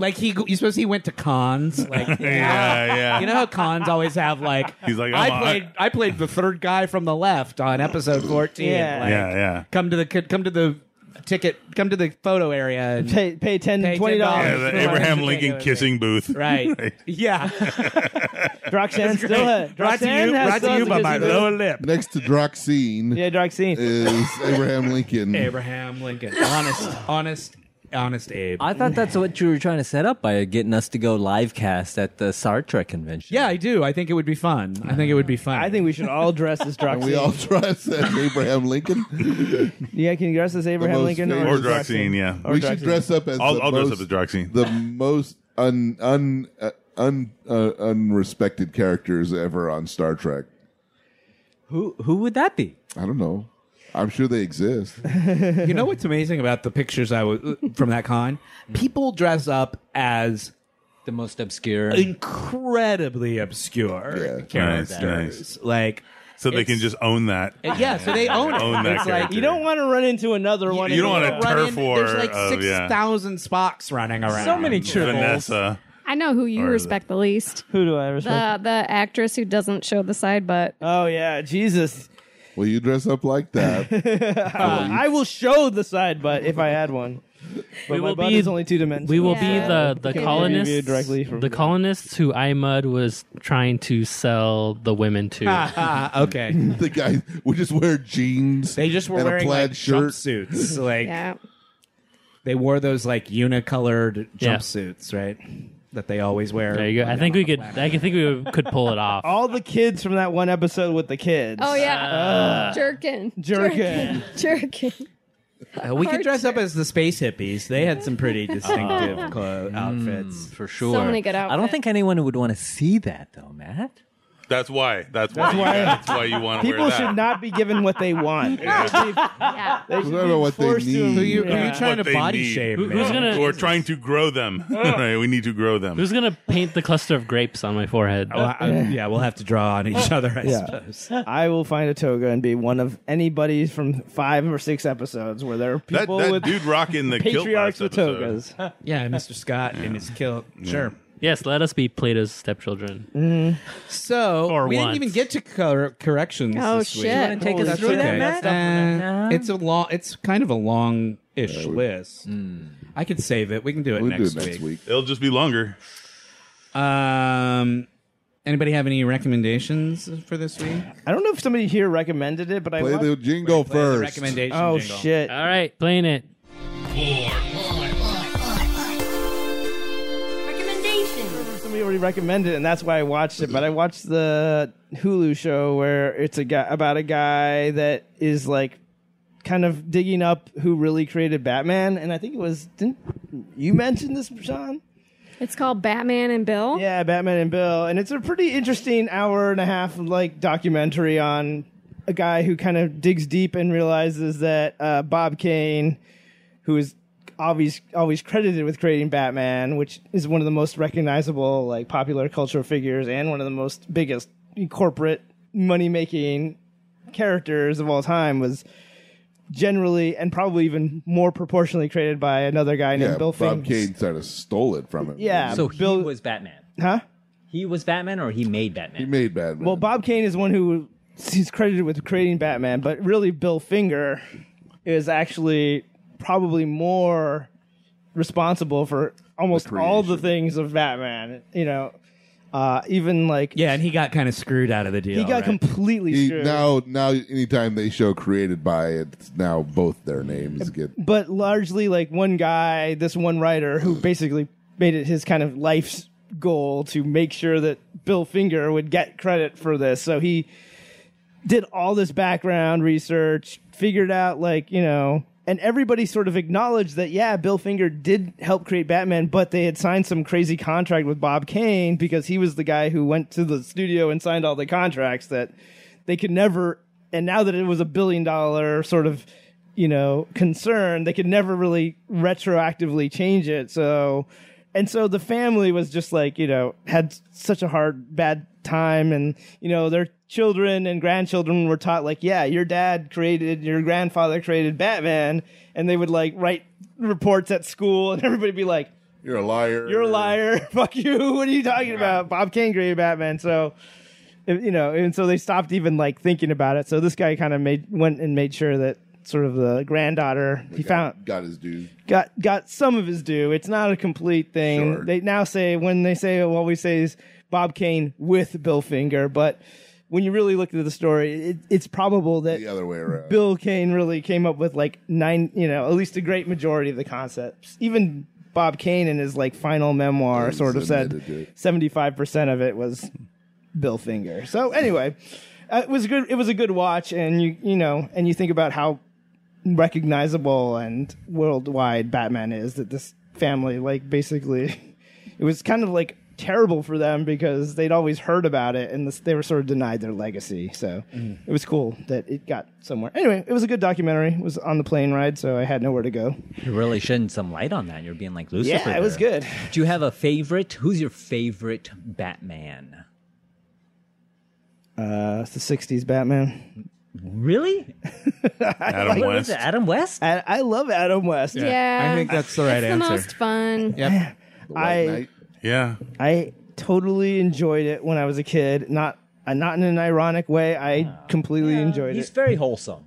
S1: Like he, you suppose he went to cons? Like,
S4: yeah, yeah.
S1: you know how cons always have like.
S4: He's like, I'm
S1: I
S4: a-
S1: played, I played the third guy from the left on episode fourteen.
S5: Yeah.
S1: Like,
S4: yeah, yeah.
S1: come to the, come to the ticket, come to the photo area. And,
S5: Pay, pay 10
S1: Pay
S5: $20.
S1: $10.
S4: Yeah,
S1: Oh,
S4: the
S1: it's
S4: Abraham
S1: fine.
S4: Lincoln
S1: Okay,
S4: kissing booth.
S1: right? Yeah.
S5: Roxanne still has.
S9: Brought to
S5: Roxanne
S9: you,
S5: has
S9: brought
S5: still
S9: to you
S5: has
S9: by
S5: a
S9: my
S5: good-
S9: lower lip.
S6: Next to Droxine
S5: Yeah, Roxanne.
S6: is Abraham Lincoln.
S1: Abraham Lincoln, honest, honest, honest Abe.
S7: I thought that's what you were trying to set up by getting us to go live cast at the Sartre convention.
S1: yeah, I do. I think it would be fun. I think it would be fun.
S5: I think we should all dress as Droxine.
S6: We all dress as Abraham Lincoln.
S5: yeah, can you dress as Abraham
S6: most
S5: Lincoln
S4: Or
S6: famous-
S4: Droxine, yeah.
S6: we should dress up as
S4: I'll,
S6: the
S4: I'll dress up
S6: most-
S4: as Droxine.
S6: the most un un uh, un uh, unrespected characters ever on Star Trek.
S7: Who who would that be?
S6: I don't know. I'm sure they exist.
S1: You know what's amazing about the pictures I was from that con? People dress up as
S7: The most obscure.
S1: incredibly obscure
S4: Nice,
S1: characters.
S4: nice.
S1: Like,
S4: So they can
S1: It's-
S4: just own that.
S1: yeah, so they own it.
S4: Own that
S1: it's like
S4: character.
S5: You don't want to run into another one.
S4: You
S5: in
S4: don't
S5: the-
S4: want
S1: run
S4: a turf
S1: in-
S4: war.
S1: There's like
S4: of,
S1: six
S4: yeah.
S1: thousand Spock's running around.
S2: So many tribbles.
S4: Vanessa.
S3: I know who you
S4: Or the-
S3: respect the least.
S5: Who do I
S3: The
S5: respect?
S3: the actress who doesn't show the side butt.
S5: oh yeah, Jesus. Uh,
S6: Will you dress up like that?
S5: I will show the side butt if I had one. But
S2: We
S5: my
S2: will
S5: butt
S2: be-
S5: is only two dimensions.
S2: We will
S3: Yeah.
S2: be the, the
S5: Can't
S2: colonists.
S5: review directly from
S2: the
S5: there.
S2: colonists who IMUD was trying to sell the women to.
S1: Ah, okay.
S6: the guy would just wear jeans.
S1: They just were
S6: and
S1: wearing
S6: a plaid
S1: like
S6: shirt.
S1: jumpsuits. Like
S3: Yeah.
S1: they wore those like unicolored
S2: Yeah.
S1: jumpsuits, right? That they always wear.
S2: There you go. I think we could. I think we would- could pull it off.
S5: All the kids from that one episode with the kids.
S3: Oh yeah. Jerkin.
S5: Jerkin.
S3: Jerkin.
S1: Uh, we could
S3: Hard Oh.
S1: dress up
S3: to-
S1: as the space hippies. They had some pretty distinctive clo-
S2: Mm.
S1: outfits.
S7: for sure.
S3: many good
S7: I don't
S3: outfits.
S7: think anyone would want to see that though, Matt.
S4: That's why. That's, why.
S5: why-
S4: That's why you want to wear
S5: People
S4: that.
S5: should not be given what they want.
S3: Yeah.
S5: They should
S6: I don't know
S5: be
S6: what they
S5: forced to-
S6: need. Who you-
S1: Who are you
S5: Yeah.
S1: trying to
S4: What they
S1: body
S4: need.
S1: shape?
S2: Who- who's
S1: man?
S2: gonna?
S4: We're trying to grow them. Right, we need to grow them.
S2: Who's gonna paint the cluster of grapes on my forehead?
S1: Well, Oh, I- I- yeah, we'll have to draw on each other, I suppose.
S5: I will find a toga and be one of anybody from five or six episodes where there are
S4: that
S5: people
S4: that
S5: with
S4: dude rocking the kilt
S5: patriarchs
S4: last
S5: with
S4: episode.
S5: togas.
S1: Yeah, Mr. Scott in his kilt. Sure.
S2: yes, let us be Plato's stepchildren.
S1: So
S2: Or
S1: we
S2: once.
S1: didn't even get to cor- corrections.
S3: Oh,
S1: this week.
S3: shit. You wanna
S7: take us
S1: That's
S7: through that,
S1: okay.
S7: Matt?
S1: Uh, it's a long. It's kind of a long-ish list. I could save it. We can do it
S6: Hmm. We'll
S1: next
S6: do it next
S1: week.
S6: week.
S4: It'll just be longer.
S1: Um, anybody have any recommendations for this week?
S5: I don't know if somebody here recommended it, but I
S6: Play
S5: watched-
S6: the jingle first.
S1: Recommendation.
S5: Oh
S1: jingle.
S5: shit!
S2: All right, playing it.
S5: Somebody already recommended it, and that's why I watched it. But I watched the Hulu show where it's a guy about a guy that is like kind of digging up who really created Batman, and I think it was didn't you mention this, Sean?
S3: It's called Batman and Bill.
S5: Yeah, Batman and Bill, and it's a pretty interesting hour and a half like documentary on a guy who kind of digs deep and realizes that uh, Bob Kane, who is always always credited with creating Batman, which is one of the most recognizable like popular culture figures and one of the most biggest corporate money making characters of all time, was generally and probably even more proportionally created by another guy named
S6: Yeah,
S5: Bill
S6: Bob
S5: Finger.
S6: Kane sort of stole it from him.
S5: Yeah,
S7: So
S5: Bill
S7: he was Batman.
S5: huh?
S7: He was Batman, or he made
S6: he
S7: Batman.
S6: made Batman.
S5: Well, Bob Kane is one who he's credited with creating Batman, but really Bill Finger is actually probably more responsible for almost
S6: The
S5: all the
S6: creation.
S5: things of Batman. You know, uh, even like
S1: Yeah, and he got kind of screwed out of the deal.
S5: he
S1: right?
S5: got completely
S6: He-
S5: screwed.
S6: now, now, anytime they show created by it, it's now both their names get.
S5: but largely like one guy, this one writer who basically made it his kind of life's goal to make sure that Bill Finger would get credit for this. So he did all this background research, figured out like, you know, and everybody sort of acknowledged that yeah, Bill Finger did help create Batman, but they had signed some crazy contract with Bob Kane because he was the guy who went to the studio and signed all the contracts that they could never and now that it was a billion dollar sort of you know, concern, they could never really retroactively change it. So, and so the family was just like, you know, had such a hard, bad time. And, you know, their children and grandchildren were taught, like, yeah, your dad created, your grandfather created Batman. And they would like write reports at school and everybody would be like,
S6: You're a liar.
S5: you're a liar. Fuck you. What are you talking about? Bob Kane created Batman. So, if- you know, and so they stopped even like thinking about it. So this guy kind of made went and made sure that sort of the granddaughter he
S6: Got-
S5: found
S6: got his due.
S5: got got some of his due. It's not a complete thing.
S6: Sure.
S5: They now say when they say what we say is Bob Kane with Bill Finger, but when you really look at the story, it, it's probable that
S6: The other way around.
S5: Bill Kane really came up with like nine, you know, at least a great majority of the concepts. Even Bob Kane in his like final memoir
S6: Yes,
S5: sort of said
S6: admitted it.
S5: 75% of it was Bill Finger. So anyway, uh, it was a good it was a good watch and you you know, and you think about how recognizable and worldwide Batman is that this family like basically it was kind of like terrible for them because they'd always heard about it and this, they were sort of denied their legacy so
S7: Mm.
S5: it was cool that it got somewhere anyway it was a good documentary it was on the plane ride so i had nowhere to go
S7: You're really shedding some light on that. You're being like Lucifer.
S5: yeah it was
S7: there.
S5: good
S7: Do you have a favorite? Who's your favorite Batman?
S5: uh it's the 60s batman
S7: Really?
S4: Adam
S7: What was
S4: West.
S7: it? Adam West?
S5: i, I love adam west
S3: Yeah.
S1: I think that's the right
S3: Uh, it's
S1: answer.
S3: the most fun.
S1: Yep.
S6: The
S5: I-
S6: White Knight.
S4: Yeah.
S5: I totally enjoyed it when I was a kid. Not uh, not in an ironic way. I completely enjoyed
S7: He's
S5: it.
S7: very wholesome.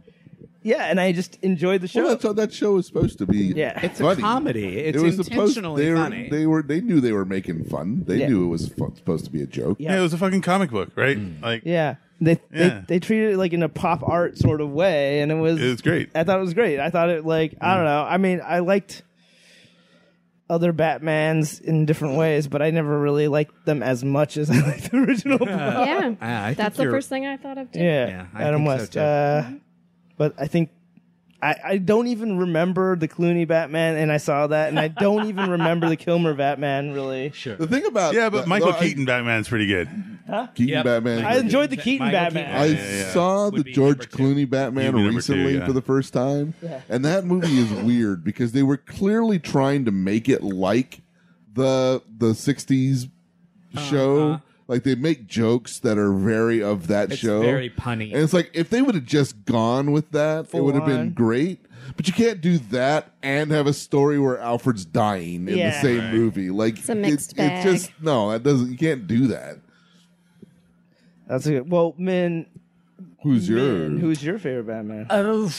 S5: Yeah, and I just enjoyed the show.
S6: Well, that's what that show is supposed to be.
S5: Yeah. It's
S1: a comedy. It's intentionally
S6: they were,
S1: funny.
S6: They were. They knew they were making fun. They
S5: Yeah.
S6: knew it was fu- supposed to be a joke.
S5: Yeah.
S4: Yeah, it was a fucking comic book, right? Like,
S5: Mm. yeah. They,
S4: Yeah.
S5: they they treated it like in a pop art sort of way, and it was
S4: It was great.
S5: I thought it was great. I thought it like I don't know. I mean, I liked other Batmans in different ways, but I never really liked them as much as I liked the original. Batman.
S3: Yeah.
S1: I think
S3: that's the
S1: you're-
S3: first thing I thought of too.
S5: Yeah,
S1: Yeah, I
S5: Adam
S1: think so,
S5: West.
S1: too.
S5: uh,
S7: Mm-hmm.
S5: but I think I, I don't even remember the Clooney Batman, and I saw that, and I don't even remember the Kilmer Batman. Really,
S6: The thing about
S4: yeah, but
S6: that-
S4: Michael
S6: though, I-
S4: Keaton Batman's pretty good.
S6: Keaton
S1: Yep.
S6: Batman.
S5: I enjoyed the Keaton
S1: Michael
S5: Batman.
S1: Keaton.
S6: I
S4: yeah.
S6: saw
S1: Would
S6: the
S1: be
S6: George
S1: number
S6: Clooney Batman
S4: You'd be number two,
S6: recently
S4: yeah.
S6: for the first time, and that movie is weird because they were clearly trying to make it like the the '60s
S4: Uh-huh.
S6: show. Like they make jokes that are very of that
S1: It's
S6: show,
S1: very punny.
S6: and it's like if they would have just gone with that, it
S5: Full
S6: would have
S5: on.
S6: been great. But you can't do that and have a story where Alfred's dying in
S5: Yeah.
S6: the same movie. Like
S3: a mixed bag.
S6: it's just no, that doesn't. You can't do that.
S5: That's a good. Well, Min,
S6: Who's yours?
S5: Min, who's your favorite Batman?
S7: Oh,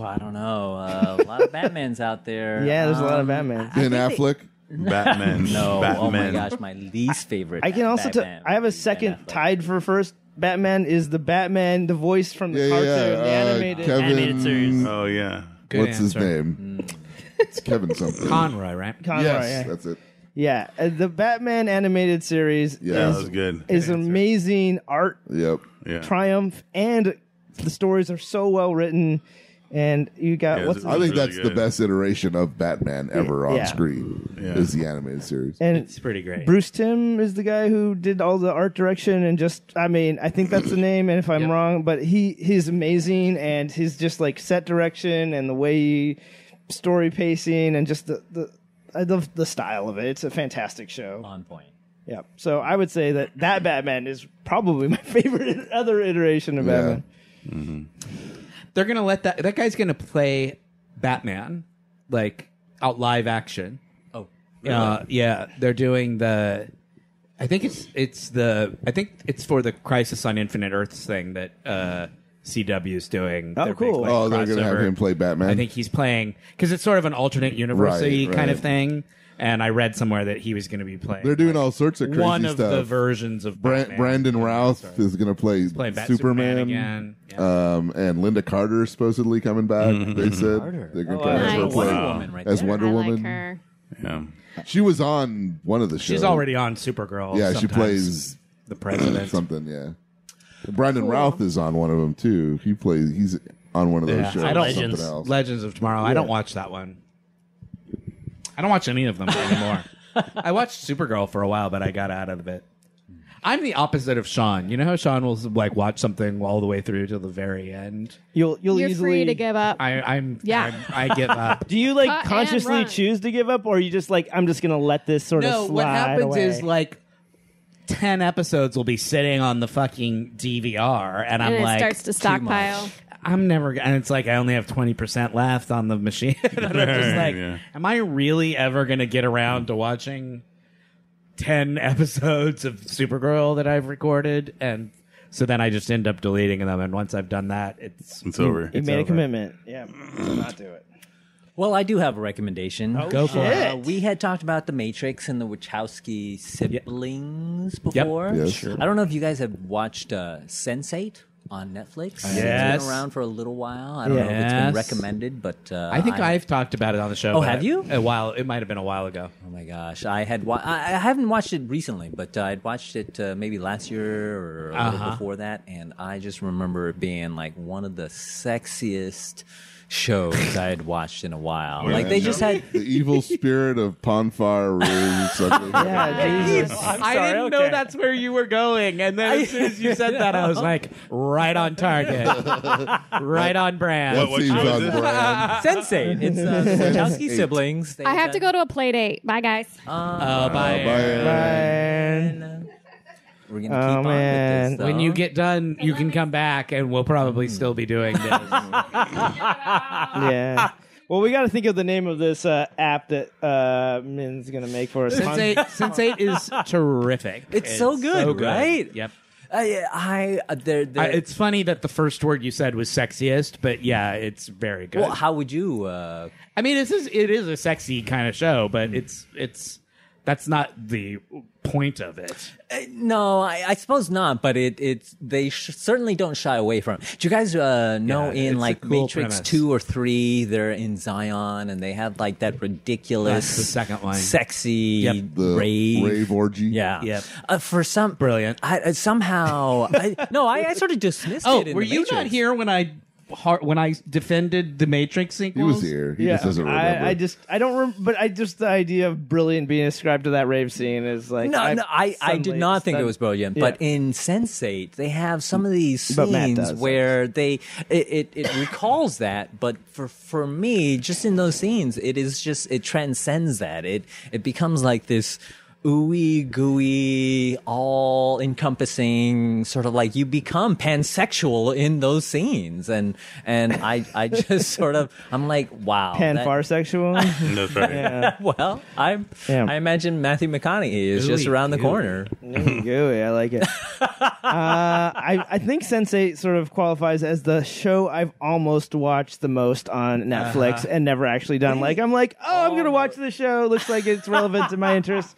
S7: I don't know. Uh, a lot of Batmans out there.
S5: yeah, there's a lot of
S7: Um,
S5: Batman.
S6: Ben Affleck.
S4: Batman.
S7: No, oh my
S4: Batman.
S7: gosh, my least favorite.
S5: I can also. T-
S7: Batman
S5: I have a
S7: would be Ben
S5: second
S7: Affleck.
S5: tied for first. Batman is the Batman, the voice from the
S6: Yeah, yeah,
S5: cartoon,
S6: yeah.
S5: the
S6: Uh,
S5: animated.
S6: Kevin,
S2: Animated series.
S4: Oh yeah.
S1: Good
S6: What's his
S1: answer.
S6: name? it's Kevin something.
S1: Conroy, right?
S5: Conroy,
S6: yes,
S5: yeah.
S6: that's it.
S5: yeah, Uh, the Batman animated series
S6: Yeah.
S4: That
S5: is
S4: was good.
S5: is amazing art
S6: Yep.
S4: yeah.
S5: triumph and the stories are so well written and you got
S4: Yeah,
S5: what's
S4: it's-
S6: I think
S4: Really
S6: that's the
S4: good.
S6: best iteration of Batman ever on
S5: Yeah.
S6: screen
S4: Yeah.
S6: is the animated series.
S5: and
S1: It's pretty great.
S5: Bruce Tim is the guy who did all the art direction and just I mean I think that's the name and if I'm wrong but he he's amazing and his just like set direction and the way he, story pacing and just the, the I love the style of it it's a fantastic show
S7: on point.
S5: yeah so I would say that that Batman is probably my favorite other iteration of
S6: Yeah.
S5: Batman
S1: They're gonna let that that guy's gonna play Batman, like out live action.
S7: Oh,
S1: Uh, yeah, they're doing the. I think it's it's the I think it's for the Crisis on Infinite Earths thing that uh, CW's doing.
S5: Oh,
S1: their big,
S5: cool.
S1: like,
S6: oh, they're gonna have
S1: crossover.
S6: him play Batman.
S1: I think he's playing because it's sort of an alternate universe
S6: Right,
S1: kind of
S6: right.
S1: thing. And I read somewhere that he was going to be playing.
S6: they're doing all sorts of crazy
S1: one
S6: stuff.
S1: of the versions of
S6: Bran-
S1: Batman.
S6: Brandon Routh is gonna play,
S1: playing Bat-
S6: Superman.
S1: again. Yeah.
S6: Um, and Linda Carter is supposedly coming back.
S4: Mm-hmm.
S6: They said they're gonna try to
S3: Nice.
S6: have her play
S7: Wonder Woman right
S6: as
S7: there.
S6: Wonder
S3: I
S6: Woman.
S3: like her.
S4: Yeah.
S6: She was on one of the shows.
S1: She's already on Supergirl.
S6: Yeah, she
S1: sometimes.
S6: plays
S1: the president.
S6: something. Yeah, Brandon Routh is on one of them too. He plays. He's on one of those
S1: Yeah,
S6: shows.
S1: I don't-
S6: something
S2: Legends.
S6: else.
S1: Legends of Tomorrow. I don't watch that one. I don't watch any of them anymore. I watched Supergirl for a while, but I got out of it. I'm the opposite of Sean. You know how Sean will like watch something all the way through till the very end.
S5: You'll you'll
S3: You're
S5: easily
S3: free to give up.
S1: I, I'm
S3: Yeah.
S1: I'm, I give up.
S5: Do you like
S3: Cut and
S5: consciously
S3: run.
S5: choose to give up, or are you just like I'm just gonna let this sort
S1: no,
S5: of slide
S1: what happens
S5: away?
S1: is like ten episodes will be sitting on the fucking DVR, and I'm
S3: and it
S1: like,
S3: starts to stockpile.
S1: I'm never, g- and it's like I only have twenty percent left on the machine. and I'm just like,
S4: Yeah.
S1: am I really ever gonna get around to watching ten episodes of Supergirl that I've recorded? And so then I just end up deleting them, and once I've done that, it's
S4: It's over.
S5: you made a
S1: over.
S5: commitment. Yeah, not do it.
S7: Well, I do have a recommendation.
S5: Oh,
S1: go for it.
S7: Uh, we had talked about the Matrix and the Wachowski siblings before.
S6: Yes. Sure.
S7: I don't know if you guys have watched uh, Sense8 on Netflix. It's
S1: Yes.
S7: been around for a little while. I don't know if it's
S1: Yes.
S7: been recommended, but uh,
S1: I think
S7: I
S1: I've talked about it on the show.
S7: Oh,
S1: but
S7: have you?
S1: A while. It might have been a while ago.
S7: Oh my gosh, I had wa- I, I haven't watched it recently, but uh, I'd watched it uh, maybe last year or a
S1: Uh-huh.
S7: little before that, and I just remember it being like one of the sexiest shows I had watched in a while. like they just had.
S6: the evil spirit of Ponfire rules. something.
S5: Yeah, Jesus.
S1: I didn't know that's where you were going, and then as soon as you said that, I was like, right on target, right on brand.
S6: That
S4: What-
S6: seems
S4: what
S6: on
S4: is it?
S6: brand.
S7: Sensei, it's uh, the Wachowski siblings. They
S3: I have to go to a play date. Bye, guys.
S1: Uh, by-
S5: And
S7: We're gonna
S5: Oh,
S7: keep on
S5: man.
S7: with this.
S1: when
S7: though.
S1: you get done, you can come back, and we'll
S7: Hmm.
S1: probably still be doing this.
S5: Ah, yeah. Well, we got to think of the name of this uh, app that uh, Min's gonna make for us.
S1: Sense eight, Sense eight is terrific.
S7: It's so good, right?
S1: Yep.
S7: I, I uh, they're, they're,
S1: I- it's funny that the first word you said was sexiest, but yeah, it's very good.
S7: well, how would you? Uh,
S1: I mean, this is it is a sexy kind of show, but it's it's that's not the point of it.
S7: No, I, I suppose not, but it it's they sh- certainly don't shy away from. it. Do you guys uh, know
S1: Yeah, it's
S7: in
S1: a
S7: like
S1: cool
S7: Matrix
S1: premise.
S7: two or three, they're in Zion and they have like that ridiculous,
S1: That's the second line.
S7: sexy
S1: Yep.
S6: The
S7: rave.
S6: rave orgy.
S7: Yeah.
S1: Yep.
S7: Uh, for some
S1: Brilliant.
S7: I, uh, somehow, I, no, I, I sort of dismissed
S1: Oh,
S7: it. in
S1: were
S7: the
S1: you
S7: Matrix.
S1: not here when I har- when I defended the Matrix
S6: He
S1: sequels?
S6: was here. He
S5: yeah,
S6: just doesn't remember.
S5: I, I just I don't remember, but I just the idea of brilliant being ascribed to that rave scene is like
S7: No, I, no, I, I did
S5: suddenly-
S7: not think it
S5: sudden-
S7: was brilliant.
S5: Yeah.
S7: But in Sense8, they have some of these
S5: But Matt
S7: scenes
S5: does.
S7: where they it, it, it recalls that. But for for me, just in those scenes, it is just it transcends that. It it becomes like this ooey gooey, all encompassing sort of like you become pansexual in those scenes, and and I I just sort of I'm like wow
S5: pan
S7: that-
S5: farsexual.
S4: That's right.
S7: Well, I'm
S5: Yeah.
S7: I imagine Matthew McConaughey is just
S1: Ooey
S7: around the
S1: gooey.
S7: corner.
S5: Ooh, gooey, I like it. Uh, I, I think Sense8 sort of qualifies as the show I've almost watched the most on Netflix and never actually done. Like, I'm like, oh, I'm going to watch the show. Looks like it's relevant to my interests.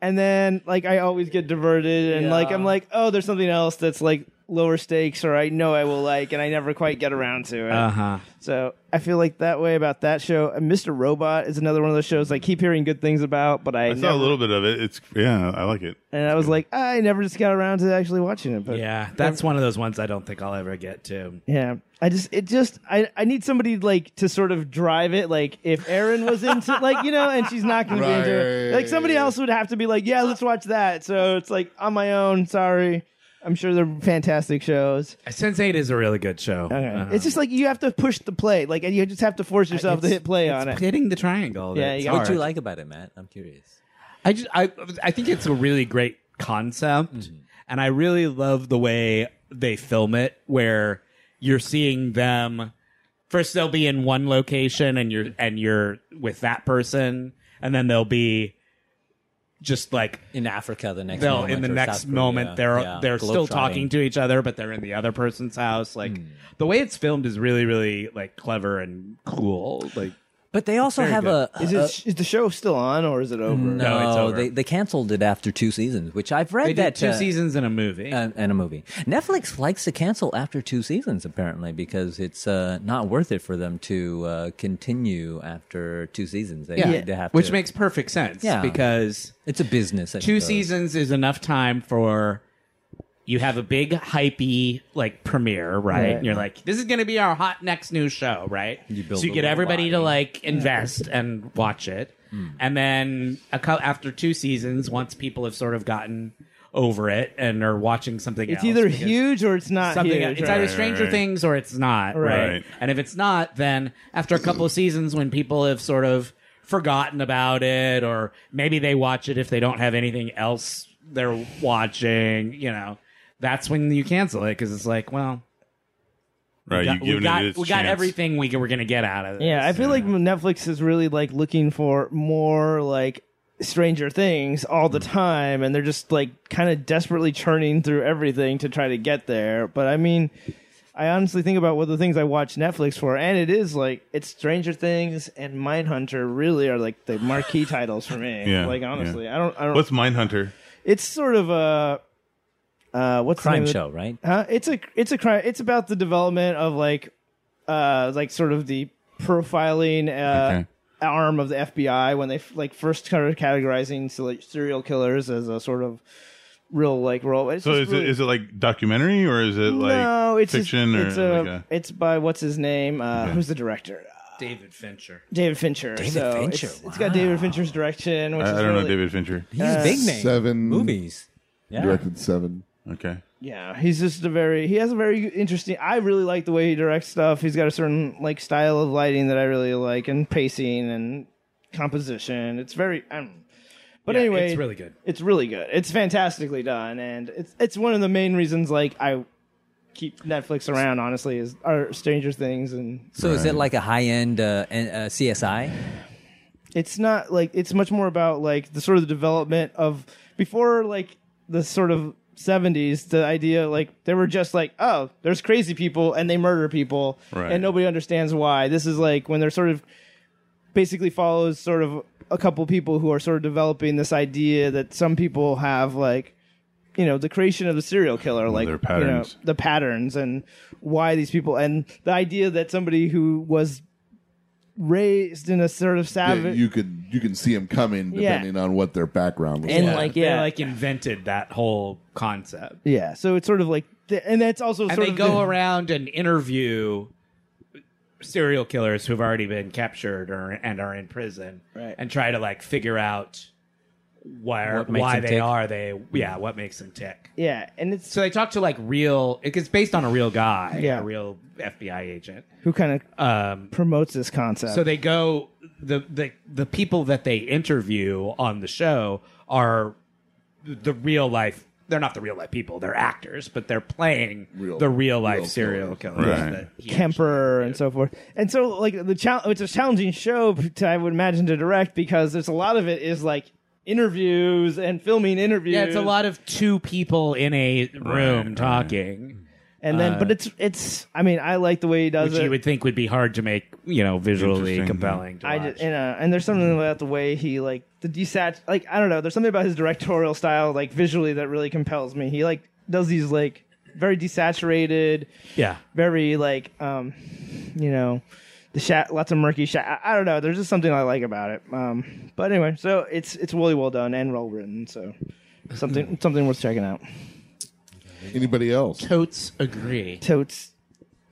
S5: And then, like, I always get diverted. And, like, I'm like, oh, there's something else that's, like, lower stakes or I know I will like, and I never quite get around to it.
S1: huh.
S5: So I feel like that way about that show. And Mr. Robot is another one of those shows I keep hearing good things about, but I,
S4: I saw
S5: never-
S4: a little bit of it. It's yeah, I like it.
S5: and I was like, I never just got around to actually watching it. But
S1: Yeah, that's one of those ones I don't think I'll ever get to.
S5: Yeah. I just it just I, I need somebody like to sort of drive it like if Erin was into like you know and she's not going to be into it
S6: Right.
S5: like somebody else would have to be like yeah let's watch that so it's like on my own sorry I'm sure they're fantastic shows
S1: Sense Eight is a really good show. Uh-huh.
S5: it's just like you have to push the play like and you just have to force yourself to
S1: It's-
S5: hit play
S1: it's
S5: on it
S1: Hitting the triangle.
S5: Yeah,
S1: that's
S5: you
S7: What
S5: gotta-
S1: hard.
S7: do you like about it, Matt? I'm curious.
S1: I just I I think it's a really great concept, and I really love the way they film it, where you're seeing them. First, they'll be in one location, and you're and you're with that person, and then they'll be just like
S7: In Africa, the next
S1: they'll
S7: moment
S1: in the
S7: or
S1: next
S7: South Korea.
S1: moment they're
S7: Yeah,
S1: they're still
S7: globetrotting.
S1: talking to each other, but they're in the other person's house. Like the way it's filmed is really really like clever and cool. Like
S7: But they also
S1: very
S7: have
S1: good.
S7: a.
S5: is
S7: a- oh,
S5: it is the show still on or is it over
S1: uh, No, it's over.
S7: They, they canceled it after two seasons, which I've read
S1: they did
S7: that
S1: two
S7: uh,
S1: seasons in a movie.
S7: and, and a movie. Netflix likes to cancel after two seasons apparently because it's uh, not worth it for them to uh, continue after two seasons. They,
S1: yeah,
S7: they have
S1: which
S7: to-
S1: makes perfect sense.
S7: Yeah.
S1: because
S7: it's a business. I
S1: two
S7: suppose.
S1: seasons is enough time for you have a big hypey like premiere, right? And you're like, this is going to be our hot next new show, right? You
S7: build
S1: so you
S7: a
S1: get
S7: little
S1: everybody to
S7: body. Hmm.
S1: like invest and watch it, and then a cou- after two seasons, once people have sort of gotten over it and are watching something
S5: It's
S1: else.
S5: either
S1: because
S5: huge or it's not
S1: something
S5: huge.
S1: it's
S5: right?
S1: either
S4: Uh, Right,
S1: Stranger
S4: right.
S1: Things or it's not, right.
S4: Right.
S1: And if it's not, then after a couple of seasons when people have sort of forgotten about it or maybe they watch it if they don't have anything else they're watching, you know, that's when you cancel it cuz it's like, well,
S4: Right,
S1: got-
S4: you
S1: we
S4: giving
S1: got,
S4: it its
S1: we got
S4: chance.
S1: everything we were going to get out of it.
S5: Yeah, I feel like Netflix is really like looking for more like Stranger Things all
S4: Hmm.
S5: the time, and they're just like kind of desperately churning through everything to try to get there. But I mean, I honestly think about what the things I watch Netflix for, and it is like it's Stranger Things and Mindhunter really are like the marquee titles for me.
S4: Yeah,
S5: like honestly,
S4: yeah.
S5: I don't, I don't.
S4: What's Mindhunter?
S5: it's sort of a uh, what's the name
S7: Crime
S5: of the-
S7: show, right?
S5: Huh? Uh, It's a it's a crime. It's about the development of like uh like sort of the profiling uh
S4: Okay.
S5: arm of the FBI when they like first started categorizing so, like, serial killers as a sort of real like role. It's
S4: So
S5: just
S4: is
S5: really-
S4: it is it like documentary or is it like
S5: no, it's just-
S4: fiction
S5: it's
S4: or
S5: a,
S4: like a-
S5: it's by what's his name? Uh, Who's the director?
S1: David Fincher.
S5: David Fincher. David so
S7: Fincher,
S5: It's, it's got David Fincher's direction. Which
S4: I, I
S5: is
S4: don't know
S5: really-
S4: David Fincher.
S7: He's big name.
S6: seven
S7: movies. Yeah.
S6: Directed seven.
S4: Okay.
S5: Yeah, he's just a very he has a very interesting. I really like the way he directs stuff. He's got a certain like style of lighting that I really like, and pacing and composition. It's very. I don't, but
S1: Yeah,
S5: anyway,
S1: it's really good.
S5: It's really good. It's fantastically done, and it's it's one of the main reasons like I keep Netflix around. Honestly, is are Stranger Things, and
S7: So is it like a high end uh, and, uh, CSI?
S5: it's not like it's much more about like the sort of the development of before like the sort of 70s the idea like they were just like oh there's crazy people and they murder people
S4: Right.
S5: and nobody understands why this is like when they're sort of basically follows sort of a couple people who are sort of developing this idea that some people have like you know the creation of the serial killer like
S4: their
S5: you
S4: patterns.
S5: know the patterns and why these people and the idea that somebody who was raised in a sort of
S6: Yeah,
S5: savage
S6: you could you can see them coming
S5: Yeah.
S6: depending on what their background was.
S5: And,
S6: like.
S5: like,
S1: they,
S5: yeah.
S1: like invented that whole concept.
S5: Yeah, so it's sort of like, th- and that's also
S1: and
S5: sort
S1: they
S5: of
S1: go
S5: the-
S1: around and interview serial killers who've already been captured or and are in prison
S5: Right.
S1: and try to like figure out where
S7: What makes
S1: why
S7: them
S1: they
S7: tick.
S1: are they yeah what makes them tick
S5: Yeah, and it's
S1: so they talk to like real it's based on a real guy
S5: Yeah.
S1: a real fbi agent
S5: who kind of
S1: um
S5: promotes this concept.
S1: so they go the the the people that they interview on the show are the real life. They're not the real life people. They're actors, but they're playing
S6: Real-
S1: the real life
S6: real
S1: serial
S6: killers.
S1: killers.
S4: Right.
S1: that he
S5: Kemper and so forth, and so like the chal it's a challenging show to, I would imagine to direct because there's a lot of it is like interviews and filming interviews.
S1: Yeah, it's a lot of two people in a room
S4: right.
S1: talking,
S5: and then but it's it's. I mean, I like the way he does
S1: Uh, which
S5: it.
S1: you would think would be hard to make, you know, visually
S4: Interesting.
S1: compelling. To
S5: I
S1: watch.
S5: just, and, uh, and there's something about the way he like the desat like I don't know there's something about his directorial style like visually that really compels me. He like does these like very desaturated
S1: yeah,
S5: very like um you know the shat lots of murky shat I, I don't know there's just something i like about it um but anyway so it's it's really well done and well written so something something worth checking out
S6: Anybody else?
S1: totes agree.
S5: totes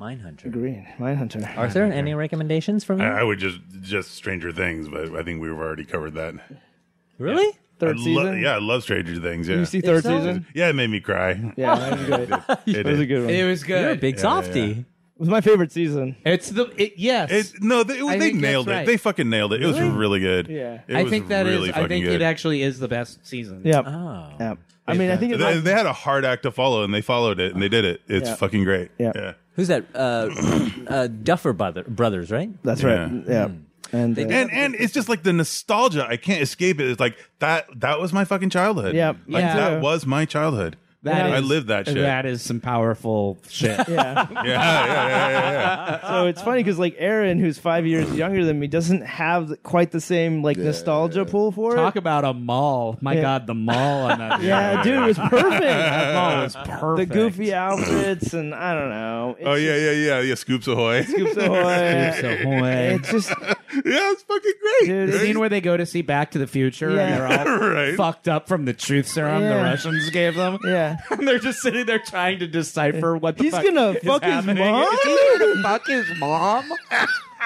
S7: Mindhunter.
S5: green mindhunter
S7: Are there any recommendations from you?
S1: Uh,
S4: I, I would just just Stranger Things, but I think we've already covered that.
S7: really?
S5: third
S4: I lo-
S5: season
S4: yeah, I love Stranger Things.
S5: you
S4: Yeah,
S5: see third
S7: so-
S5: season
S4: yeah, it made me cry.
S5: yeah that was good that
S4: It
S5: was
S4: did.
S5: a good one
S1: It
S5: it
S1: was
S7: You're a
S1: good.
S7: big softy.
S4: yeah.
S5: was my favorite season
S1: It's the it, yes.
S4: It, no, they,
S1: I
S4: they
S1: think that's
S4: nailed it.
S1: right.
S4: They fucking nailed it. It was really good.
S5: Yeah.
S4: it
S1: I
S4: was
S1: think that is.
S4: really
S1: I
S4: fucking
S1: think
S4: good.
S1: it actually is the best season.
S5: yep
S7: Oh.
S5: yep i mean i think it
S4: They, they had a hard act to follow, and they followed it, and they did it. It's
S5: Yeah.
S4: fucking great.
S5: Yeah.
S7: Who's that? Uh, uh, Duffer brother, Brothers, right?
S5: that's
S4: Yeah.
S5: right yeah and uh,
S4: And and it's just like the nostalgia. I can't escape it. It's like that. That was my fucking childhood.
S5: Yeah.
S4: like
S1: Yeah.
S4: that was my childhood.
S1: That
S4: I
S1: is-
S4: lived that shit.
S1: That is some powerful shit.
S5: yeah.
S4: yeah, yeah, yeah, yeah, yeah.
S5: so it's funny because like Aaron, who's five years younger than me, doesn't have quite the same like nostalgia pull for it.
S1: Talk about a mall. My
S5: Yeah.
S1: God, the mall on that.
S5: Yeah, dude, it was perfect.
S1: That mall was perfect.
S5: The goofy outfits, and I don't know. It's
S4: Oh yeah, yeah, yeah, yeah. Scoops ahoy!
S5: just- so, uh,
S1: Oops, ahoy.
S5: it's just
S4: yeah, it's fucking great.
S1: The
S5: Dude, it's-
S1: scene where they go to see Back to the Future and
S5: Yeah.
S1: they're all
S4: Right.
S1: fucked up from the truth serum the
S5: Yeah.
S1: Russians gave them.
S5: yeah.
S1: And they're just sitting there trying to decipher what the
S5: He's
S1: fuck
S5: gonna
S1: is
S5: fuck his
S1: happening.
S5: mom?
S1: Is he gonna fuck his mom?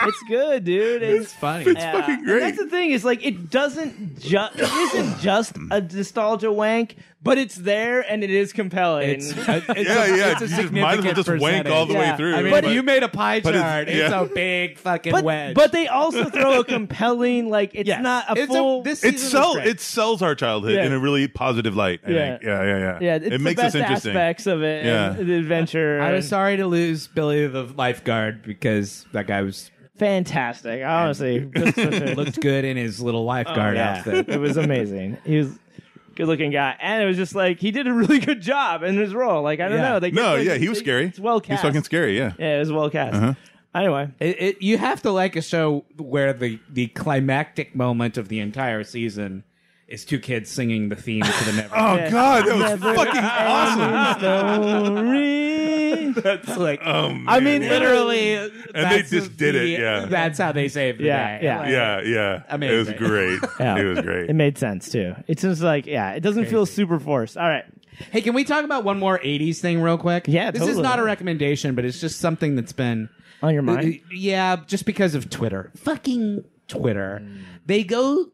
S5: it's good, dude. It's
S1: funny.
S4: It's fucking
S5: And
S4: great.
S5: that's the thing is like it doesn't just it isn't just a nostalgia wank, but it's there and it is compelling.
S1: It's, a, it's
S4: Yeah,
S1: a,
S4: yeah,
S1: It's a
S4: you just might as well
S1: significant
S4: just wank
S1: percentage.
S4: all the way
S5: Yeah.
S4: through.
S1: I mean,
S5: But
S1: you made a pie
S4: but it's-
S1: chart. It's,
S4: yeah.
S1: a big fucking
S5: but,
S1: wedge.
S5: but they also throw a compelling like it's
S1: Yes.
S5: not a
S1: It's
S5: full
S1: this
S4: it
S1: season was
S4: sells
S1: great.
S4: it sells our childhood
S5: Yeah.
S4: in a really positive light. I
S5: Yeah.
S4: think. yeah, yeah, yeah.
S5: yeah, it's
S4: it
S5: the
S4: makes
S5: best
S4: us interesting.
S5: aspects of it,
S4: Yeah.
S5: and the adventure.
S1: I
S5: and-
S1: was sorry to lose Billy the lifeguard because that guy was
S5: fantastic, honestly. Just such a-
S1: looked good in his
S5: Oh,
S1: little lifeguard outfit.
S5: It was amazing. He was a good looking guy. And it was just like he did a really good job in his role. Like I don't
S1: Yeah.
S5: know. They
S4: No,
S5: they-
S4: yeah, he was
S5: they-
S4: scary.
S5: It's well
S4: He's
S5: cast.
S4: fucking scary. Uh-huh. Yeah.
S5: Yeah, it was well cast. Anyway.
S1: It, it, you have to like a show where the, the climactic moment of the entire season is two kids singing the theme to the never.
S4: Oh
S5: Yeah.
S4: god, that was
S5: Never
S4: fucking awesome.
S5: Story.
S1: That's like,
S4: Oh, man.
S5: I mean,
S1: literally.
S4: they just did it, yeah.
S1: That's how they saved the
S5: Yeah,
S1: day.
S5: yeah.
S1: Like,
S4: Yeah, yeah. It was
S1: Amazing.
S4: great.
S5: Yeah.
S4: It was great.
S5: It made sense too. It's just like, yeah, it doesn't feel super forced. All right.
S1: Hey, can we talk about one more 80s thing real quick?
S5: Yeah,
S1: This is
S5: totally.
S1: not a recommendation, but it's just something that's been.
S5: On your
S1: Uh,
S5: mind.
S1: Yeah, just because of Twitter. Fucking Twitter.
S7: Mm.
S1: They go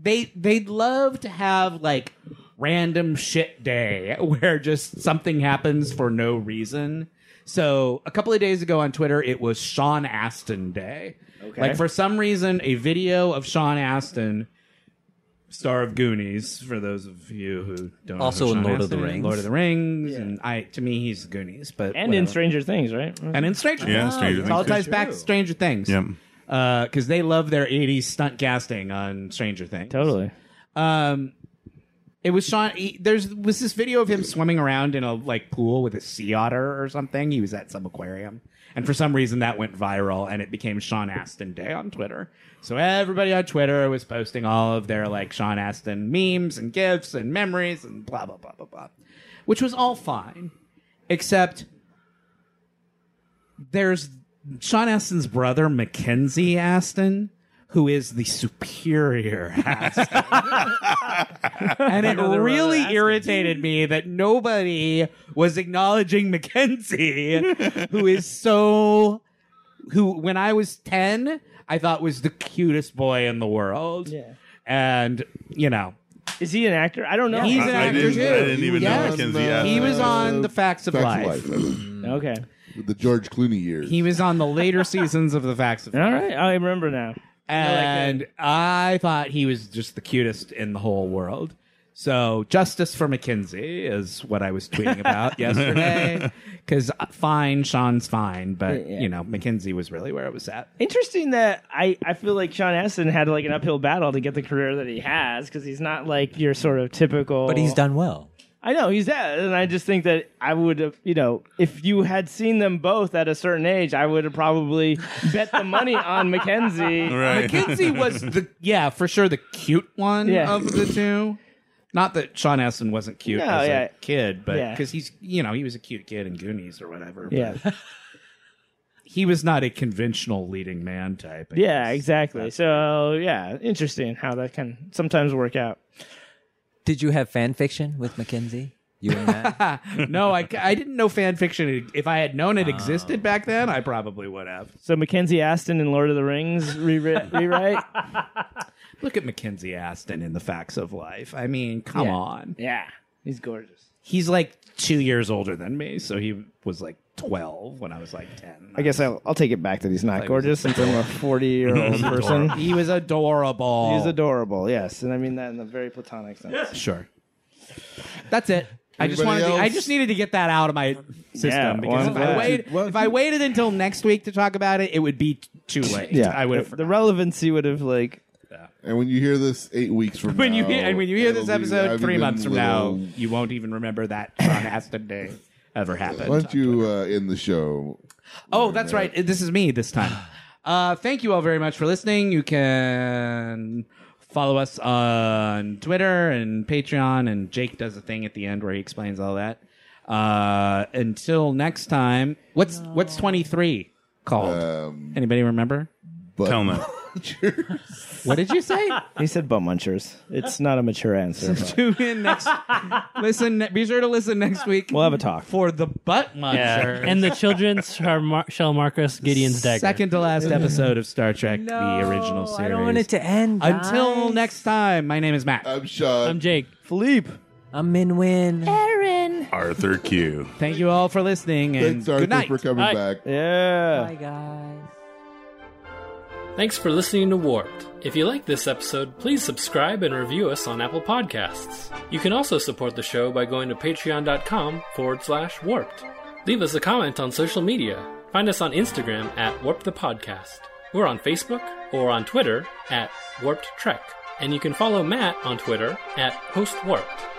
S1: they they'd love to have like random shit day where just something happens for no reason. So, a couple of days ago on Twitter, it was Sean Astin Day. Okay. Like for some reason, a video of Sean Astin Star of Goonies, for those of you who don't
S7: Also
S1: know who
S7: in
S1: Sean
S7: Lord of the
S1: Astin is,
S7: Rings.
S1: Lord of the Rings, and I to me he's the Goonies, but
S5: And in
S1: whatever.
S5: Stranger Things, right?
S1: and in Stranger
S4: Yeah,
S1: Things.
S4: Stranger
S1: It all
S4: Things,
S1: ties back to Stranger Things.
S4: Yep.
S1: Because they love their 80s stunt casting on Stranger Things.
S5: Totally.
S1: Um, it was Sean. He, there's was this video of him swimming around in a like pool with a sea otter or something. He was at some aquarium, and for some reason that went viral, and it became Sean Astin Day on Twitter. So everybody on Twitter was posting all of their like Sean Astin memes and gifs and memories and blah blah blah blah blah, which was all fine, except there's Sean Astin's brother Mackenzie Astin, who is the superior Astin and it really irritated me that nobody was acknowledging Mackenzie, who is so who when I was 10, I thought was the cutest boy in the world.
S5: Yeah.
S1: And, you know,
S5: Is he an actor? I don't know.
S1: he's
S4: I
S1: an actor
S4: didn't-
S1: too.
S4: I didn't even know
S1: Yes.
S4: Mackenzie
S1: He
S4: Astin.
S1: was on the Facts of
S6: Facts
S1: Life.
S6: of life.
S7: Mm-hmm.
S5: Okay.
S6: With the George Clooney years.
S1: He was on the later seasons of the Facts of
S5: All
S1: Life.
S5: right. I remember now.
S1: And I thought he was just the cutest in the whole world. So justice for McKinsey is what I was tweeting about yesterday. Because fine, Sean's fine, but you know McKinsey was really where it was at.
S5: Interesting that I, I feel like Sean Astin had like an uphill battle to get the career that he has because he's not like your sort of typical.
S7: But he's done well.
S5: I know he's that, and I just think that I would have, you know, if you had seen them both at a certain age, I would have probably bet the money on Mackenzie.
S4: Right.
S1: McKinsey was the yeah for sure the cute one
S5: Yeah.
S1: of the two. Not that Sean Astin wasn't cute
S5: No,
S1: as
S5: yeah.
S1: a kid, but
S5: Yeah.
S1: because he's you know he was a cute kid in Goonies or whatever. but
S5: Yeah,
S1: he was not a conventional leading man type. I
S5: yeah,
S1: guess.
S5: exactly. So yeah, interesting how that can sometimes work out.
S7: Did you have fan fiction with Mackenzie? You and Matt?
S1: no, I, I didn't know fan fiction. If I had known it existed back then, I probably would have.
S5: So Mackenzie Astin in Lord of the Rings rewri- rewrite.
S1: Look at Mackenzie Aston in The Facts of Life. I mean, come on.
S5: yeah, he's gorgeous.
S1: He's like two years older than me, so he was like 12 when I was like 10.
S5: I guess I'll, I'll take it back that he's not gorgeous since I'm a 40 year old person.
S1: he was adorable.
S5: He's adorable, yes, and I mean that in a very platonic sense.
S1: Sure. That's it. I just
S6: Anybody
S1: wanted. To, I
S6: else?
S1: just needed to get that out of my system
S5: Yeah,
S1: because
S5: well,
S1: if
S5: I'm
S1: I
S5: glad.
S1: waited,
S6: Well,
S1: if I waited until next week to talk about it, it would be t- too late.
S5: Yeah,
S1: I would have.
S5: the relevancy would have like
S6: and when you hear this eight weeks from
S1: when
S6: now,
S1: you hear, and when you hear this
S6: it'll be-
S1: episode
S6: I've
S1: three
S6: even
S1: months from
S6: little-
S1: now, you won't even remember that Sean Astin day ever happened.
S6: Why don't you uh, end the show?
S1: oh, that's right. This is me this time. Uh, thank you all very much for listening. You can follow us on Twitter and Patreon, and Jake does a thing at the end where he explains all that. Uh, until next
S6: Um,
S1: time, what's what's twenty three called? Anybody remember?
S6: But
S4: Tell them.
S6: munchers.
S1: What did you say?
S5: He said bum munchers. It's not a mature answer. but-
S1: Tune in next. listen. Be sure to listen next week.
S5: We'll have a talk.
S1: for the butt monster.
S10: and the children shall, mar- shall mark us Gideon's dagger.
S1: Second to last episode of Star Trek: The Original Series.
S7: Oh, I don't want it to end.
S1: Until
S7: guys.
S1: next time, my name is Matt.
S6: I'm Sean.
S10: I'm Jake.
S5: Philippe.
S7: I'm in win.
S4: Arthur Q.
S1: Thank you all for listening, and
S6: Thanks, Arthur,
S1: good night.
S6: for coming
S10: Bye.
S6: back.
S5: Yeah.
S7: Bye, guys.
S2: Thanks for listening to Warped. If you like this episode, please subscribe and review us on Apple Podcasts. You can also support the show by going to patreon.com forward slash warped. Leave us a comment on social media. Find us on Instagram at Warped the Podcast. We're on Facebook or on Twitter at Warped Trek. And you can follow Matt on Twitter at Host Warped.